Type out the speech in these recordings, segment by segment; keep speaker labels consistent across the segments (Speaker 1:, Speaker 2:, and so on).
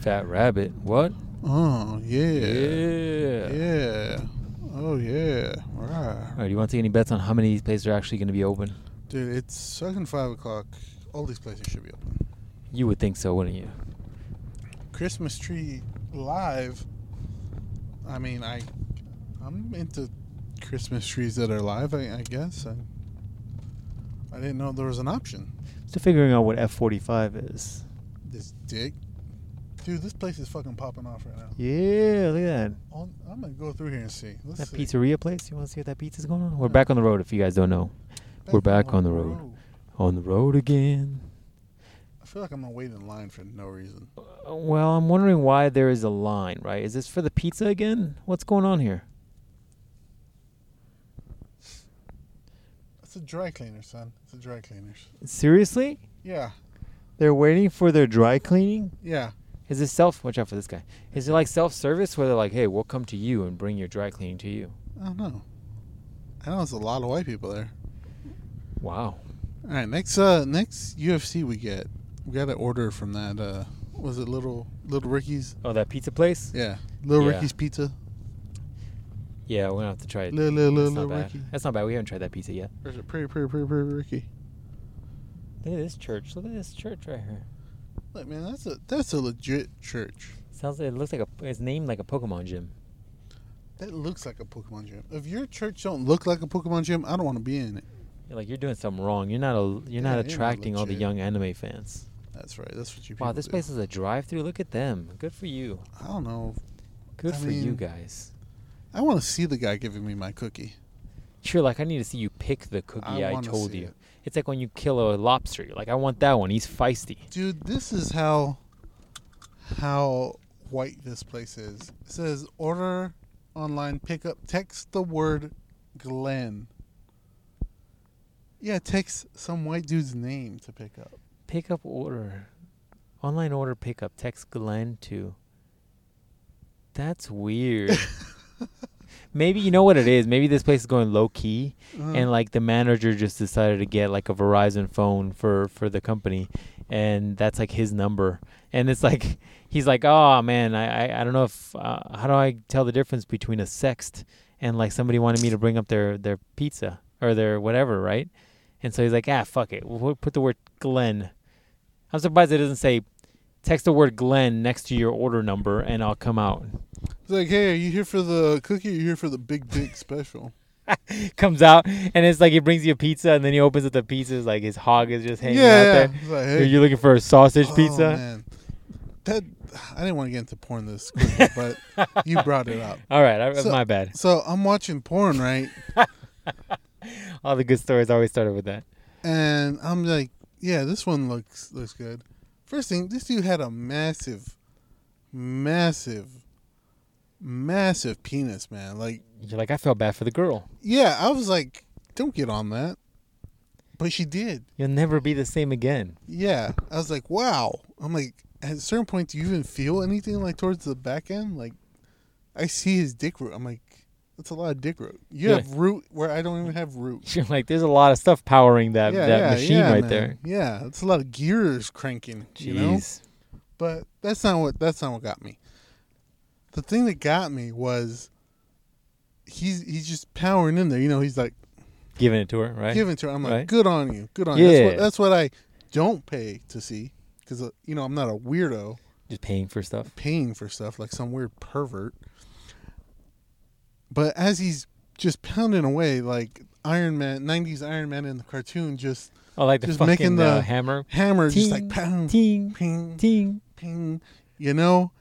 Speaker 1: Fat Rabbit. What?
Speaker 2: Oh yeah.
Speaker 1: Yeah.
Speaker 2: Yeah. Oh yeah. Right.
Speaker 1: All right. Do you want to take any bets on how many of these places are actually going to be open?
Speaker 2: Dude, it's fucking five o'clock. All these places should be open.
Speaker 1: You would think so, wouldn't you?
Speaker 2: Christmas tree live. I mean, I, I'm into Christmas trees that are live. I, I guess. I, I didn't know there was an option.
Speaker 3: Still figuring out what F45 is.
Speaker 2: This dick, dude. This place is fucking popping off right now.
Speaker 3: Yeah, look at that.
Speaker 2: On- I'm gonna go through here and see. Let's
Speaker 3: That
Speaker 2: see.
Speaker 3: pizzeria place. You want to see what that pizza's going on? We're back on the road. If you guys don't know, we're back on the road. on the road again.
Speaker 2: I feel like I'm gonna wait in line for no reason.
Speaker 1: Uh, Well, I'm wondering why there is a line, right? Is this for the pizza again? What's going on here?
Speaker 2: It's a dry cleaner, son. It's a dry cleaners.
Speaker 3: Seriously?
Speaker 2: Yeah,
Speaker 3: They're waiting for their dry cleaning?
Speaker 2: yeah.
Speaker 1: Is this self? Watch out for this guy. Is it like self-service where they're like, "Hey, we'll come to you and bring your dry cleaning to you"?
Speaker 2: I don't know. I know there's a lot of white people there.
Speaker 1: Wow.
Speaker 2: All right, next uh next UFC we get we got an order from that uh was it little little Ricky's
Speaker 1: Oh, that pizza place?
Speaker 2: yeah little
Speaker 1: Yeah.
Speaker 2: Ricky's pizza
Speaker 1: Yeah, we're gonna have to try it.
Speaker 2: little little,
Speaker 1: That's
Speaker 2: little
Speaker 1: not bad.
Speaker 2: Ricky
Speaker 1: That's not bad. We haven't tried that pizza yet.
Speaker 2: there's a pretty pretty pretty pretty Ricky
Speaker 1: Look at this church. Look at this church right here.
Speaker 2: look man that's a that's a legit church
Speaker 1: Sounds. It looks like a. It's named like a Pokemon gym.
Speaker 2: that looks like a Pokemon gym if your church don't look like a Pokemon gym I don't want to be in it
Speaker 1: You're like you're doing something wrong. You're not. A, you're
Speaker 2: Yeah,
Speaker 1: not
Speaker 2: you're not
Speaker 1: attracting all the
Speaker 2: legit.
Speaker 1: young anime fans.
Speaker 2: that's right that's what you
Speaker 1: Wow,
Speaker 2: people
Speaker 1: this
Speaker 2: do.
Speaker 1: place is a drive-through. Look at them. Good for you.
Speaker 2: I don't know
Speaker 1: Good
Speaker 2: I
Speaker 1: for you
Speaker 2: mean-
Speaker 1: guys.
Speaker 2: I want to see the guy giving me my cookie
Speaker 1: Sure, like I need to see you pick the cookie I,
Speaker 2: wanna
Speaker 1: told
Speaker 2: see
Speaker 1: you.
Speaker 2: it.
Speaker 1: It's like when you kill a lobster. You're like I want that one. He's feisty.
Speaker 2: dude this is how how white this place is it says order online pickup text the word glenn yeah text some white dude's name to pick up
Speaker 1: Pickup order, online order pickup. Text Glenn to. That's weird. Maybe you know what it is. Maybe this place is going low key,
Speaker 2: Uh-huh. Hmm.
Speaker 1: and like the manager just decided to get like a Verizon phone for for the company, and that's like his number. And it's like he's like, oh man, I I, I don't know if uh, how do I tell the difference between a sext and like somebody wanted me to bring up their their pizza or their whatever, right? And so he's like, ah, fuck it, we'll put the word Glenn. I'm surprised it doesn't say text the word Glenn next to your order number and I'll come out.
Speaker 2: it's like hey are you here for the cookie or you here for the big dick special
Speaker 1: Comes out and it's like he brings you a pizza and then he opens up the pizza. It's like his hog is just hanging out there.
Speaker 2: It's like,
Speaker 1: Are
Speaker 2: hey,
Speaker 1: you looking for a sausage
Speaker 2: oh,
Speaker 1: pizza?
Speaker 2: man. that i didn't want to get into porn this quickly but you brought it up
Speaker 1: All right, I,
Speaker 2: So-
Speaker 1: my bad.
Speaker 2: so i'm watching porn right
Speaker 1: All the good stories always started with that.
Speaker 2: and I'm like, yeah, this one looks looks good. First thing, this dude had a massive, massive, massive penis, man. Like,
Speaker 1: You're like, I felt bad for the girl.
Speaker 2: yeah, I was like, don't get on that, but she did.
Speaker 1: You'll never be the same again.
Speaker 2: Yeah, I was like, wow. I'm like, at a certain point, do you even feel anything like towards the back end? Like, I see his dick root. I'm like, that's a lot of dick root. You
Speaker 1: Yeah.
Speaker 2: have root where I don't even have root.
Speaker 1: You're like, there's a lot of stuff powering that that machine right
Speaker 2: man.
Speaker 1: there.
Speaker 2: Yeah, it's a lot of gears cranking.
Speaker 1: Jeez.
Speaker 2: You know. but that's not what that's not what got me. The thing that got me was he's he's just powering in there. You know, he's like
Speaker 1: Giving it to her, right?
Speaker 2: giving to her. I'm like,
Speaker 1: Right.
Speaker 2: good on you, good on you. That's
Speaker 1: Yeah.
Speaker 2: what, that's what I don't pay to see because uh, you know I'm not a weirdo
Speaker 1: Just paying for stuff.
Speaker 2: paying for stuff like some weird pervert. But as he's just pounding away, like Iron Man, '90s Iron Man in the cartoon, just
Speaker 1: Oh, like the
Speaker 2: Just
Speaker 1: fucking
Speaker 2: making
Speaker 1: uh,
Speaker 2: the-
Speaker 1: hammer.
Speaker 2: hammer, just
Speaker 1: Ting,
Speaker 2: like pound,
Speaker 1: ting,
Speaker 2: ping,
Speaker 1: ting.
Speaker 2: ping. You know,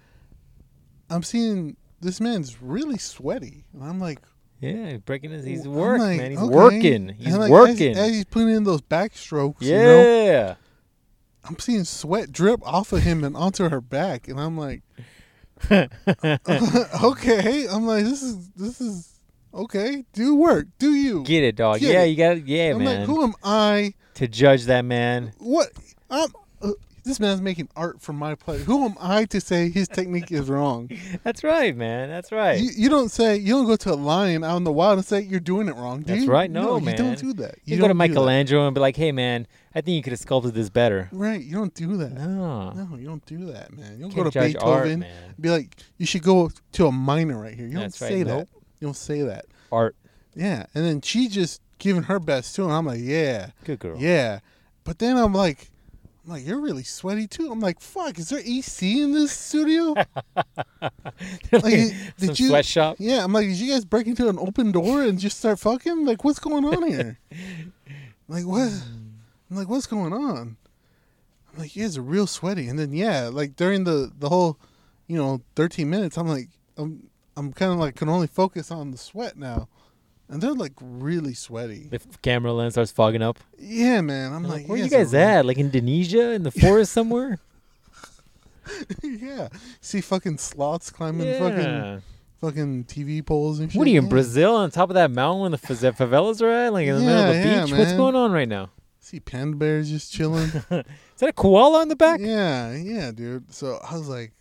Speaker 2: I'm seeing this man's really sweaty. And I'm like,
Speaker 1: Yeah, breaking his. He's
Speaker 2: I'm
Speaker 1: working,
Speaker 2: like,
Speaker 1: man. He's
Speaker 2: okay.
Speaker 1: working. He's
Speaker 2: And like, as-
Speaker 1: working.
Speaker 2: As, he's putting in those backstrokes,
Speaker 1: yeah.
Speaker 2: you know, I'm seeing sweat drip off of him and onto her back, and I'm like, okay. I'm like, this is this is okay. Do work. Do you?
Speaker 1: Get it, dog.
Speaker 2: Get
Speaker 1: yeah,
Speaker 2: it.
Speaker 1: you got. it. Yeah,
Speaker 2: I'm
Speaker 1: man.
Speaker 2: like, who am I?
Speaker 1: to judge that man.
Speaker 2: What? I'm. Uh, This man's making art for my plate. Who am I to say his technique is wrong?
Speaker 1: That's right, man. That's right.
Speaker 2: You, you don't say you don't go to a lion out in the wild and say you're doing it wrong. Do
Speaker 1: That's
Speaker 2: you?
Speaker 1: right. No,
Speaker 2: you don't
Speaker 1: man.
Speaker 2: do that.
Speaker 1: You, go to
Speaker 2: don't do that.
Speaker 1: Michelangelo and be like, "Hey, man, I think you could have sculpted this better."
Speaker 2: Right. You don't do that.
Speaker 1: No,
Speaker 2: No, you don't do that, man. You
Speaker 1: you
Speaker 2: don't go
Speaker 1: can't
Speaker 2: to
Speaker 1: judge art,
Speaker 2: Beethoven.
Speaker 1: man.
Speaker 2: be like, you should go to a minor right here. You
Speaker 1: That's right.
Speaker 2: don't say that.
Speaker 1: Nope.
Speaker 2: You don't say that.
Speaker 1: Art,
Speaker 2: Yeah. And then she just giving her best too, and I'm like, yeah,
Speaker 1: good girl.
Speaker 2: yeah. But then I'm like, I'm like, you're really sweaty too. I'm like, fuck, is there AC in this studio?
Speaker 1: Like,
Speaker 2: did
Speaker 1: Some
Speaker 2: you-
Speaker 1: sweatshop.
Speaker 2: yeah. I'm like, did you guys break into an open door and just start fucking? Like, what's going on here? like what? I'm like, what's going on? I'm like, you guys are real sweaty. And then yeah, like during the the whole, you know, 13 minutes, I'm like, I'm I'm kind of like can only focus on the sweat now. And they're like really sweaty.
Speaker 1: The f- camera lens starts fogging up.
Speaker 2: Yeah, man.
Speaker 1: I'm
Speaker 2: I'm like,
Speaker 1: like, where you
Speaker 2: are
Speaker 1: guys
Speaker 2: really-
Speaker 1: at? Like Indonesia in the forest somewhere?
Speaker 2: yeah. See fucking sloths climbing fucking
Speaker 1: yeah.
Speaker 2: fucking TV poles and shit.
Speaker 1: What are you in
Speaker 2: Yeah.
Speaker 1: Brazil on top of that mountain where the fa- favelas are at? Like in the middle of the
Speaker 2: Yeah, yeah,
Speaker 1: beach? What's
Speaker 2: man.
Speaker 1: going on right now?
Speaker 2: See panda bears just chilling.
Speaker 1: Is that a koala on the back?
Speaker 2: yeah, yeah, dude. So I was like,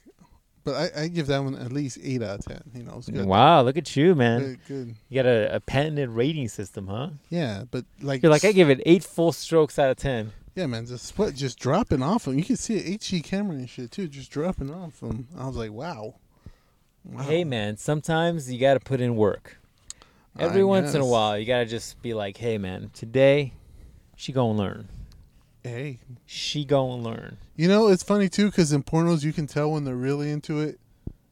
Speaker 2: but I, I give that one at least eight out of ten. You know, it was good.
Speaker 1: Wow, look at you, man.
Speaker 2: Good, good.
Speaker 1: You got a, a patented rating system, huh?
Speaker 2: Yeah, but like
Speaker 1: You're like, I give it eight full strokes out of ten.
Speaker 2: Yeah, man, the sweat just dropping off him. You can see it HD camera and shit too, just dropping off him. I was like, wow. wow.
Speaker 1: Hey, man, sometimes you got to put in work.
Speaker 2: I
Speaker 1: Every once in a
Speaker 2: guess.
Speaker 1: while, you got to just be like, hey, man, today she going to learn.
Speaker 2: Hey.
Speaker 1: She going to learn.
Speaker 2: You know, it's funny too because in pornos you can tell when they're really into it.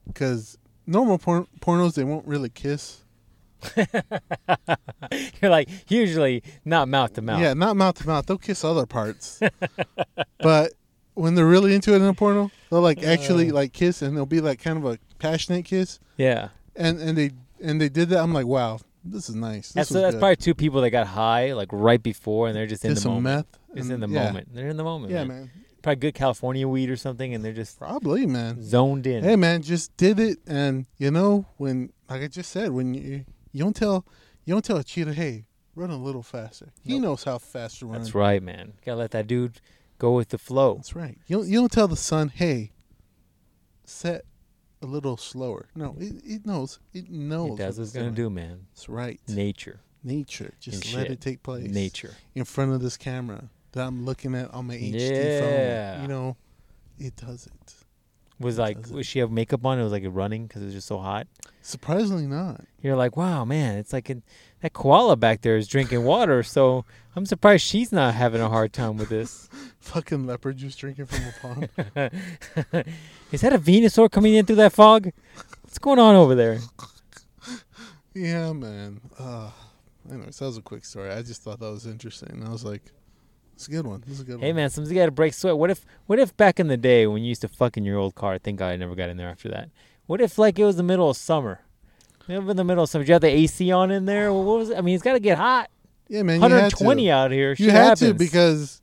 Speaker 2: Because normal por- pornos they won't really kiss.
Speaker 1: You're like, usually not mouth to mouth.
Speaker 2: Yeah, not mouth to mouth. They'll kiss other parts. but when they're really into it in a porno, they'll like
Speaker 1: Uh.
Speaker 2: actually like kiss and they'll be like kind of a passionate kiss.
Speaker 1: Yeah.
Speaker 2: And and they and they did that. I'm like, wow, this is nice. This
Speaker 1: That's,
Speaker 2: was
Speaker 1: that's
Speaker 2: good.
Speaker 1: probably two people that got high like right before, and they're just in
Speaker 2: Did
Speaker 1: the
Speaker 2: some
Speaker 1: moment.
Speaker 2: meth.
Speaker 1: It's in
Speaker 2: and-
Speaker 1: the
Speaker 2: yeah.
Speaker 1: moment. They're in the moment.
Speaker 2: Yeah, man.
Speaker 1: Probably good California weed or something, and they're just
Speaker 2: Probably, man.
Speaker 1: zoned in.
Speaker 2: Hey, man, just did it, and you know when, like I just said, when you you don't tell you don't tell a cheetah, hey, run a little faster. He
Speaker 1: Nope.
Speaker 2: knows how fast to run.
Speaker 1: That's right, man. Gotta let that dude go with the flow.
Speaker 2: That's right. You don't, you don't tell the sun, hey, set a little slower. No, it, it knows. It knows.
Speaker 1: It does
Speaker 2: what
Speaker 1: what it's gonna
Speaker 2: doing.
Speaker 1: do, man.
Speaker 2: That's right.
Speaker 1: Nature,
Speaker 2: Nature. Just let
Speaker 1: shit.
Speaker 2: it take place.
Speaker 1: nature.
Speaker 2: in front of this camera that I'm looking at on my HD
Speaker 1: Yeah.
Speaker 2: phone. You know, it does it.
Speaker 1: Was like,
Speaker 2: does it.
Speaker 1: was she have makeup on? It was like running because it was just so hot.
Speaker 2: Surprisingly, not.
Speaker 1: You're like, wow, man. It's like in, that koala back there is drinking water, so I'm surprised she's not having a hard time with this.
Speaker 2: Fucking leopard just drinking from a pond.
Speaker 1: is that a Venusaur coming in through that fog? What's going on over there?
Speaker 2: Yeah, man. Uh, anyways, that was a quick story. I just thought that was interesting. I was like, it's a good one. This is a good
Speaker 1: Hey
Speaker 2: one.
Speaker 1: man, somebody's got to break sweat. What if what if back in the day when you used to fuck in your old car? Thank God I never got in there after that. What if like it was the middle of summer? You know, in the middle of summer, did you have the AC on in there. Well, what was? It? I mean, it's got to get hot.
Speaker 2: Yeah, man. You had
Speaker 1: 120
Speaker 2: to.
Speaker 1: out here.
Speaker 2: You
Speaker 1: Shit
Speaker 2: had
Speaker 1: happens.
Speaker 2: to because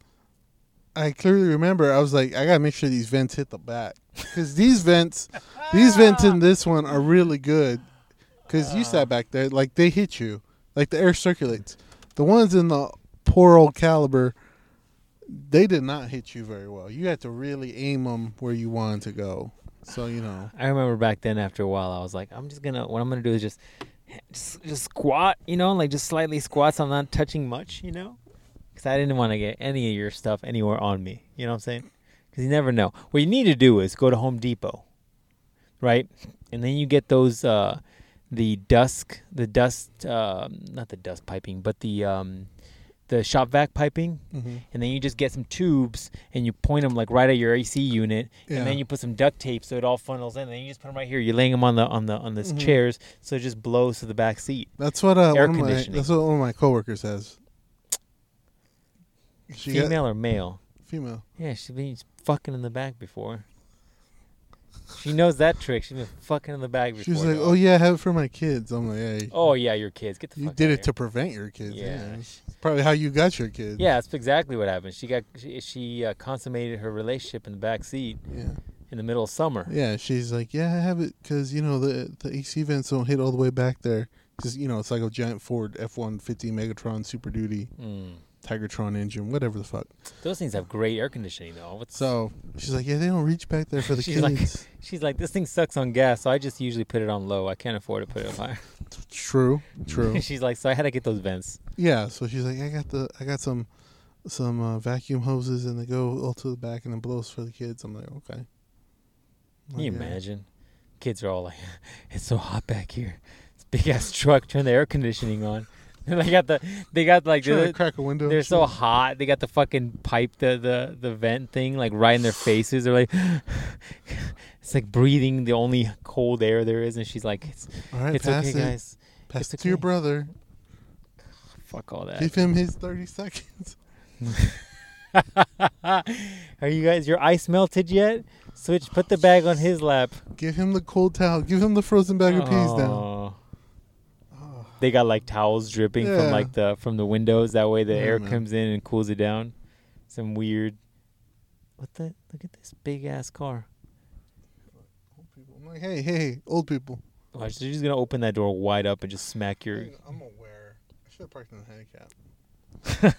Speaker 2: I clearly remember I was like, I gotta make sure these vents hit the back because these vents, these vents in this one are really good because you sat back there like they hit you, like the air circulates. The ones in the poor old caliber. They did not hit you very well. You had to really aim them where you wanted to go. So you know.
Speaker 1: I remember back then. After a while, I was like, I'm just gonna. What I'm gonna do is just, just, just squat. You know, like just slightly squats. I'm not touching much. You know, because I didn't want to get any of your stuff anywhere on me. You know what I'm saying? Because you never know. What you need to do is go to Home Depot, right? And then you get those uh, the dusk, the dust, um not the dust piping, but the um, the shop vac piping.
Speaker 2: Mm-hmm.
Speaker 1: and then you just get some tubes and you point them like right at your AC unit,
Speaker 2: Yeah.
Speaker 1: and then you put some duct tape so it all funnels in. And then you just put them right here. You're laying them on the on the on this
Speaker 2: Mhm.
Speaker 1: chairs, so it just blows to the back seat.
Speaker 2: That's what uh,
Speaker 1: Air
Speaker 2: one of my,
Speaker 1: conditioning.
Speaker 2: that's what one of my coworkers has. She got-
Speaker 1: Female or male?
Speaker 2: female.
Speaker 1: Yeah, she's been fucking in the back before. She knows that trick. She's been fucking in the back before.
Speaker 2: She was like,
Speaker 1: dog.
Speaker 2: "Oh yeah, I have it for my kids." I'm like, "Hey,
Speaker 1: Oh, yeah, your kids get the
Speaker 2: you
Speaker 1: fuck
Speaker 2: did
Speaker 1: outta
Speaker 2: it
Speaker 1: here."
Speaker 2: to prevent your kids." Yeah.
Speaker 1: Yeah.
Speaker 2: It's probably how you got your kids.
Speaker 1: Yeah, that's exactly what happened. She got she, she uh, consummated her relationship in the back seat
Speaker 2: yeah,
Speaker 1: in the middle of summer.
Speaker 2: Yeah, She's like, "Yeah, I have it because you know the the AC vents don't hit all the way back there because you know it's like a giant Ford F150 Megatron Super Duty."
Speaker 1: Mm.
Speaker 2: Tigertron engine, whatever the fuck.
Speaker 1: Those things have great air conditioning though. What's
Speaker 2: So she's like, yeah, they don't reach back there for the
Speaker 1: She's like-
Speaker 2: kids.
Speaker 1: She's like, this thing sucks on gas, so I just usually put it on low. I can't afford to put it on high.
Speaker 2: true, true.
Speaker 1: She's like, so I had to get those vents.
Speaker 2: yeah. So she's like, I got the, I got some, some uh, vacuum hoses, and they go all to the back, and it blows for the kids. I'm like, okay.
Speaker 1: Can you
Speaker 2: Like, Oh, yeah.
Speaker 1: imagine? Kids are all like, it's so hot back here. This big ass truck, turn the air conditioning on. And they got the, they got like,
Speaker 2: Trying to
Speaker 1: the,
Speaker 2: crack a window.
Speaker 1: they're
Speaker 2: and
Speaker 1: so
Speaker 2: shit.
Speaker 1: hot. They got the fucking pipe, the, the, the vent thing, like right in their faces. They're like, it's like breathing the only cold air there is. And she's like, it's,
Speaker 2: All right,
Speaker 1: it's
Speaker 2: pass
Speaker 1: okay,
Speaker 2: it.
Speaker 1: guys.
Speaker 2: Pass
Speaker 1: It's
Speaker 2: it to your
Speaker 1: okay.
Speaker 2: brother.
Speaker 1: Fuck all that.
Speaker 2: Give him his thirty seconds.
Speaker 1: Are you guys your ice melted yet? Switch put the bag on his lap.
Speaker 2: Give him the cold towel. Give him the frozen bag of peas down.
Speaker 1: Aw.
Speaker 2: Oh,
Speaker 1: They got like towels dripping
Speaker 2: Yeah.
Speaker 1: from like the from the windows. That way the
Speaker 2: Yeah,
Speaker 1: air
Speaker 2: man.
Speaker 1: comes in and cools it down. Some weird What the look at this big ass car.
Speaker 2: old people. I'm like, hey, hey, hey, old people.
Speaker 1: Watch they're just gonna open that door wide up and just smack your
Speaker 2: I'm aware. I should have parked in the handicap.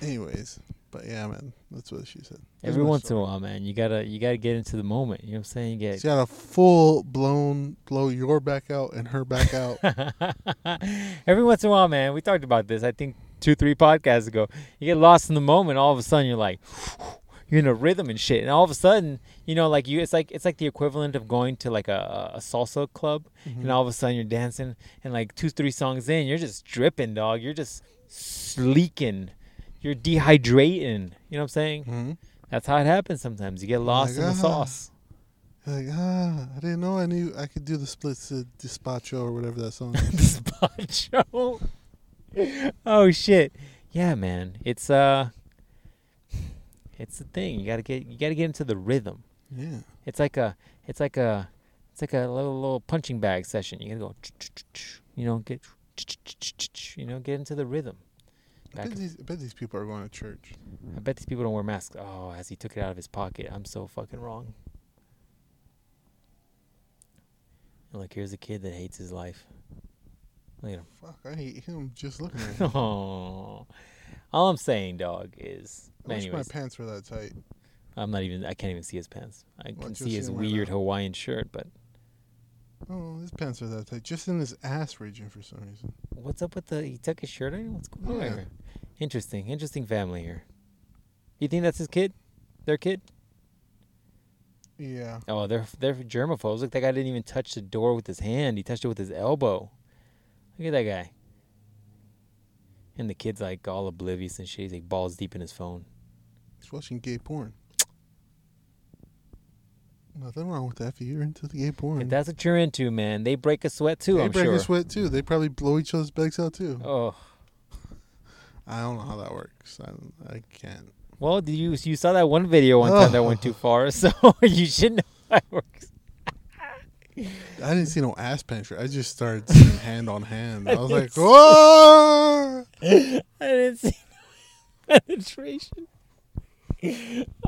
Speaker 2: Anyways, but yeah, man, that's what she said. That's
Speaker 1: Every
Speaker 2: my
Speaker 1: once in
Speaker 2: story.
Speaker 1: a while, man, you gotta you gotta get into the moment. You know what I'm saying? You
Speaker 2: She's
Speaker 1: get
Speaker 2: got a full blown blow your back out and her back out.
Speaker 1: Every once in a while, man, we talked about this. I think two, three podcasts ago. You get lost in the moment. All of a sudden, you're like, you're in a rhythm and shit. And all of a sudden, you know, like you, it's like it's like the equivalent of going to like a, a salsa club,
Speaker 2: Mm-hmm.
Speaker 1: and all of a sudden you're dancing, and like two, three songs in, you're just dripping, dog. You're just sleeking. You're dehydrating. You know what I'm saying?
Speaker 2: hmm
Speaker 1: That's how it happens sometimes. You get lost in
Speaker 2: God.
Speaker 1: the sauce.
Speaker 2: Like ah, I didn't know I knew I could do the splits to despacho or whatever that song. is.
Speaker 1: Despacho. oh shit. Yeah, man. It's uh it's the thing. You gotta get you gotta get into the rhythm.
Speaker 2: yeah,
Speaker 1: It's like a it's like a it's like a little little punching bag session. You gotta go you know, get you know, get into the rhythm.
Speaker 2: I
Speaker 1: Back
Speaker 2: bet,
Speaker 1: and-
Speaker 2: these, I bet these people are going to church.
Speaker 1: I bet these people don't wear masks. Oh, as he took it out of his pocket. I'm so fucking wrong. And look, here's a kid that hates his life. Look at him.
Speaker 2: Fuck, I hate him just looking at him.
Speaker 1: Oh, all I'm saying, dog, is
Speaker 2: I wish my
Speaker 1: anyways,
Speaker 2: pants were that tight.
Speaker 1: I'm not even. I can't even see his pants. I
Speaker 2: Why
Speaker 1: can
Speaker 2: don't you
Speaker 1: see his
Speaker 2: see mine
Speaker 1: weird
Speaker 2: now?
Speaker 1: Hawaiian shirt, but
Speaker 2: Oh, his pants are that tight. Just in his ass region for some reason.
Speaker 1: what's up with the? He took his shirt on. What's going on?
Speaker 2: Yeah.
Speaker 1: here? Interesting, interesting family here. You think that's his kid? Their kid?
Speaker 2: Yeah.
Speaker 1: Oh, they're they're germaphobes. Look, that guy didn't even touch the door with his hand. He touched it with his elbow. Look at that guy. And the kid's like all oblivious and shit. He's like balls deep in his phone.
Speaker 2: He's watching gay porn. Nothing wrong with that. If you're into the gay porn,
Speaker 1: If that's what you're into, man, they break a sweat too.
Speaker 2: Hmm. they
Speaker 1: I'm
Speaker 2: break
Speaker 1: sure.
Speaker 2: a sweat too. They probably blow each other's backs out too.
Speaker 1: Oh.
Speaker 2: I don't know how that works. I, don't- I can't.
Speaker 1: Well, did you you saw that one video one time that went too far, so you should know how it works.
Speaker 2: I didn't see no ass pincher. I just started seeing hand on hand. I was like, oh!
Speaker 1: I didn't see no penetration.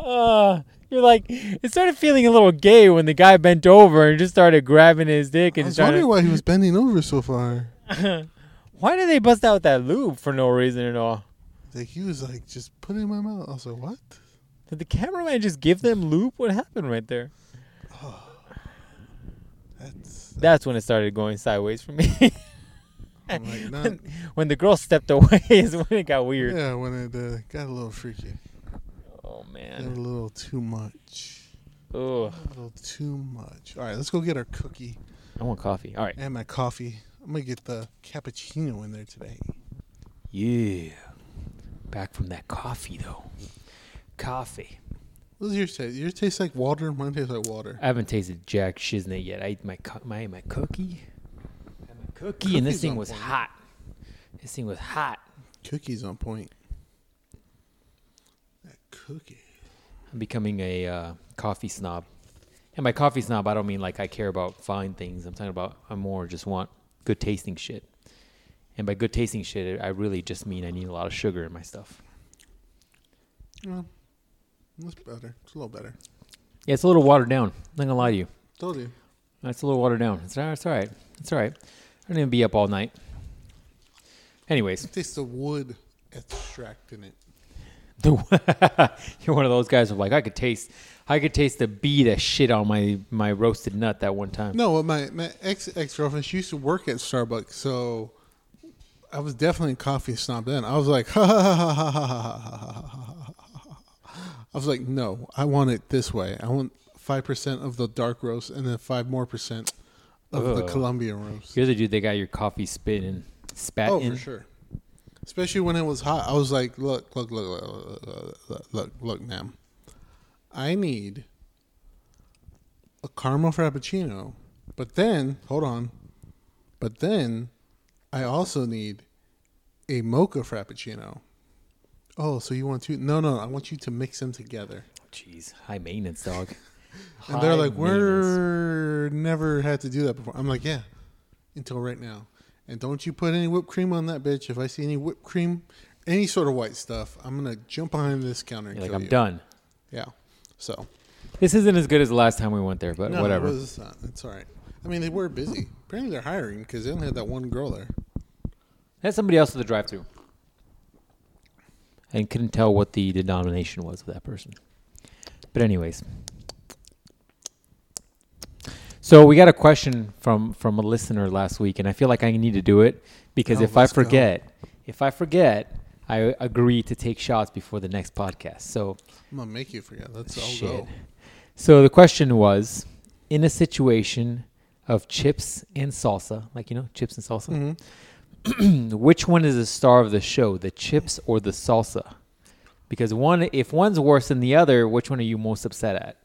Speaker 1: Uh, you're like, it started feeling a little gay when the guy bent over and just started grabbing his dick
Speaker 2: I
Speaker 1: and
Speaker 2: was
Speaker 1: trying.
Speaker 2: wondering
Speaker 1: To,
Speaker 2: why he was bending over so far.
Speaker 1: why did they bust out that lube for no reason at all?
Speaker 2: Like he was like just put it in my mouth. I was like, what?
Speaker 1: Did the cameraman just give them lube? What happened right there?
Speaker 2: That's.
Speaker 1: That's when it started going sideways for me.
Speaker 2: I'm like, not.
Speaker 1: when the girl stepped away is when it got weird.
Speaker 2: Yeah, when it uh, got a little freaky,
Speaker 1: Oh
Speaker 2: got a
Speaker 1: man.
Speaker 2: little too much.
Speaker 1: Ugh.
Speaker 2: A little too much. All right, let's go get our cookie
Speaker 1: I want coffee. All right.
Speaker 2: and my coffee. I'm gonna get the cappuccino in there today.
Speaker 1: Yeah. Back from that coffee though. Coffee.
Speaker 2: What does yours taste? Yours tastes like water. Mine tastes like water.
Speaker 1: I haven't tasted jack shiznit yet. I ate my co- my my cookie. Had my cookie and
Speaker 2: Cookie's
Speaker 1: this thing
Speaker 2: on
Speaker 1: was
Speaker 2: point.
Speaker 1: hot. This thing was hot.
Speaker 2: Cookies on point. That cookie.
Speaker 1: I'm becoming a uh, coffee snob. And by coffee snob, I don't mean like I care about fine things. I'm talking about I more just want good tasting shit. And by good tasting shit, I really just mean I need a lot of sugar in my stuff.
Speaker 2: Well, that's better. It's a little better.
Speaker 1: Yeah, it's a little watered down. Not gonna lie to you.
Speaker 2: Told you.
Speaker 1: That's a little watered down. It's all right. It's all right. It's all right. I didn't be up all night. Anyways,
Speaker 2: It tastes of wood. extracting it.
Speaker 1: You're one of those guys who like I could taste, I could taste the bee that shit on my my roasted nut that one time.
Speaker 2: No, well, my, my ex ex girlfriend, she used to work at Starbucks, so I was definitely a coffee snob then. I was like, ha ha ha ha ha ha ha ha ha ha ha ha. I was like, no, I want it this way. I want five percent of the dark roast and then five more percent of the
Speaker 1: Ugh.
Speaker 2: Columbia roast.
Speaker 1: You're the dude that got your coffee spit and spat
Speaker 2: Oh,
Speaker 1: in.
Speaker 2: for sure. Especially when it was hot. I was like, look, look, look, look, look, look, look, look, ma'am. I need a caramel frappuccino. But then, hold on. But then, I also need a mocha frappuccino. Oh, so you want two? No, no, I want you to mix them together.
Speaker 1: Jeez, high maintenance, dog.
Speaker 2: And they're
Speaker 1: High
Speaker 2: like,
Speaker 1: maintenance.
Speaker 2: we're never had to do that before. I'm like, yeah, until right now. And don't you put any whipped cream on that bitch. If I see any whipped cream, any sort of white stuff, I'm gonna jump behind this counter and
Speaker 1: You're like
Speaker 2: kill
Speaker 1: I'm
Speaker 2: you."
Speaker 1: done.
Speaker 2: Yeah. So
Speaker 1: This isn't as good as the last time we went there, but
Speaker 2: no,
Speaker 1: whatever.
Speaker 2: It was not. It's all right. I mean, they were busy. Apparently, they're hiring because they only had that one girl there.
Speaker 1: Had somebody else at the drive-through, and couldn't tell what the denomination was of that person. But anyways, so we got a question from from a listener last week, and I feel like I need to do it because
Speaker 2: Oh,
Speaker 1: if I
Speaker 2: let's go.
Speaker 1: forget, if I forget, I agree to take shots before the next podcast. So
Speaker 2: I'm gonna make you forget. Let's
Speaker 1: Shit.
Speaker 2: all go.
Speaker 1: So the question was, in a situation of chips and salsa, like you know, chips and salsa,
Speaker 2: hmm Mm-hmm.
Speaker 1: which one is the star of the show, the chips or the salsa? Because one, if one's worse than the other, which one are you most upset at?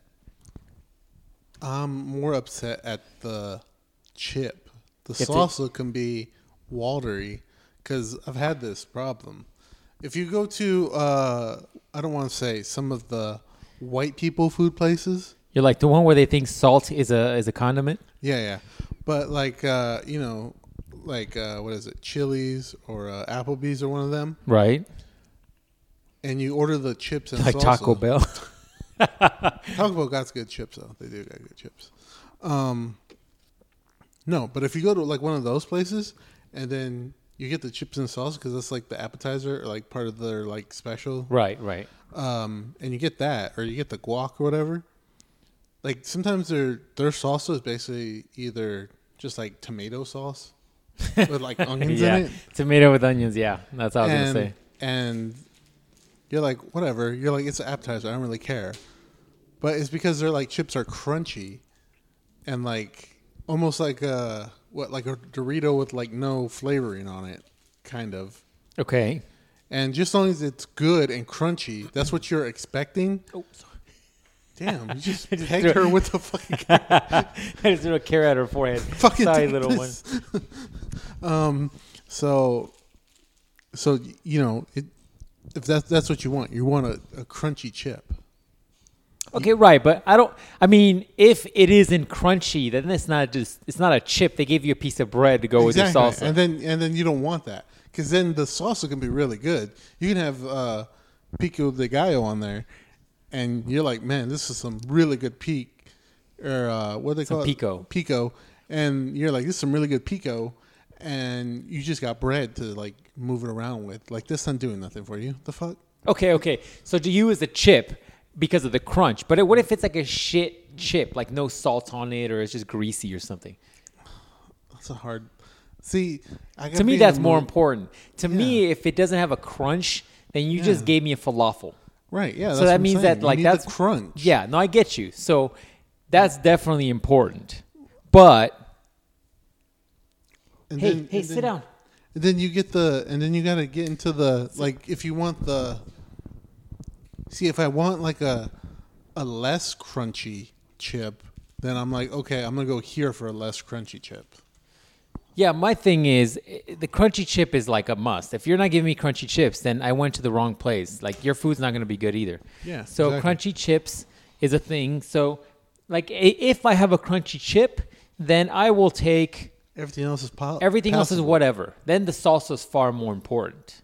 Speaker 2: I'm more upset at the chip. The
Speaker 1: If it-
Speaker 2: salsa can be watery because I've had this problem. If you go to, uh, I don't want to say some of the white people food places.
Speaker 1: You're like the one where they think salt is a is a condiment.
Speaker 2: Yeah, yeah. But like, uh, you know, like uh, what is it, Chili's or uh, Applebee's or one of them,
Speaker 1: Right,
Speaker 2: and you order the chips and
Speaker 1: like
Speaker 2: salsa.
Speaker 1: Taco Bell.
Speaker 2: Taco Bell got good chips though. They do got good chips. Um, no, but if you go to like one of those places and then you get the chips and salsa because that's like the appetizer or like part of their like special,
Speaker 1: right, right.
Speaker 2: um, and you get that or you get the guac or whatever. Like sometimes their their salsa is basically either just like tomato sauce with like onions
Speaker 1: yeah,
Speaker 2: in it,
Speaker 1: tomato with onions. Yeah, that's what I was
Speaker 2: and,
Speaker 1: gonna say.
Speaker 2: And you're like, whatever. You're like, it's an appetizer. I don't really care. But it's because they're like chips are crunchy, and like almost like a what like a Dorito with like no flavoring on it, kind of.
Speaker 1: Okay.
Speaker 2: And just as long as it's good and crunchy, that's what you're expecting.
Speaker 1: Oh, sorry.
Speaker 2: Damn, you just,
Speaker 1: I just
Speaker 2: pegged
Speaker 1: threw-
Speaker 2: her with the fucking
Speaker 1: I just threw a carrot at her forehead.
Speaker 2: fucking
Speaker 1: Sorry,
Speaker 2: did
Speaker 1: little one.
Speaker 2: this. um, so, so you know, it, if that's that's what you want, you want a, a crunchy chip.
Speaker 1: Okay, right, but I don't. I mean, if it isn't crunchy, then it's not just. It's not a chip. They gave you a piece of bread to go with your salsa.
Speaker 2: and then and then you don't want that because then the salsa can be really good. You can have uh, pico de gallo on there, and you're like, man, this is some really good peak, or uh, what do they
Speaker 1: Some
Speaker 2: call it?
Speaker 1: pico.
Speaker 2: Pico, and you're like, this is some really good pico, and you just got bread to like move it around with. Like this not doing nothing for you. The fuck.
Speaker 1: okay, okay. So to you, is a chip because of the crunch. But it, what if it's like a shit chip, like no salt on it, or it's just greasy or something?
Speaker 2: That's a hard. See, I
Speaker 1: to
Speaker 2: gotta be
Speaker 1: me,
Speaker 2: in the
Speaker 1: that's more
Speaker 2: mood.
Speaker 1: important. To me, if it doesn't have a crunch, then you just
Speaker 2: Yeah.
Speaker 1: gave me a falafel.
Speaker 2: Right.
Speaker 1: so
Speaker 2: Yeah. that's what
Speaker 1: that
Speaker 2: I'm
Speaker 1: means
Speaker 2: saying.
Speaker 1: that
Speaker 2: You
Speaker 1: like
Speaker 2: need the
Speaker 1: that's
Speaker 2: crunch.
Speaker 1: Yeah, no, I get you. So that's definitely important. But
Speaker 2: And
Speaker 1: hey,
Speaker 2: then-
Speaker 1: hey,
Speaker 2: and
Speaker 1: sit
Speaker 2: then-
Speaker 1: down.
Speaker 2: And then you get the, and then you gotta get into the like if you want the. See, if I want like a, a less crunchy chip, then I'm like, okay, I'm gonna go here for a less crunchy chip.
Speaker 1: Yeah, my thing is i- the crunchy chip is like a must. If you're not giving me crunchy chips, then I went to the wrong place. Like your food's not going to be good either.
Speaker 2: Yeah,
Speaker 1: So
Speaker 2: exactly.
Speaker 1: crunchy chips is a thing. So like i- if I have a crunchy chip, then I will take
Speaker 2: Everything else is pop.
Speaker 1: everything else is whatever. Then the salsa is far more important.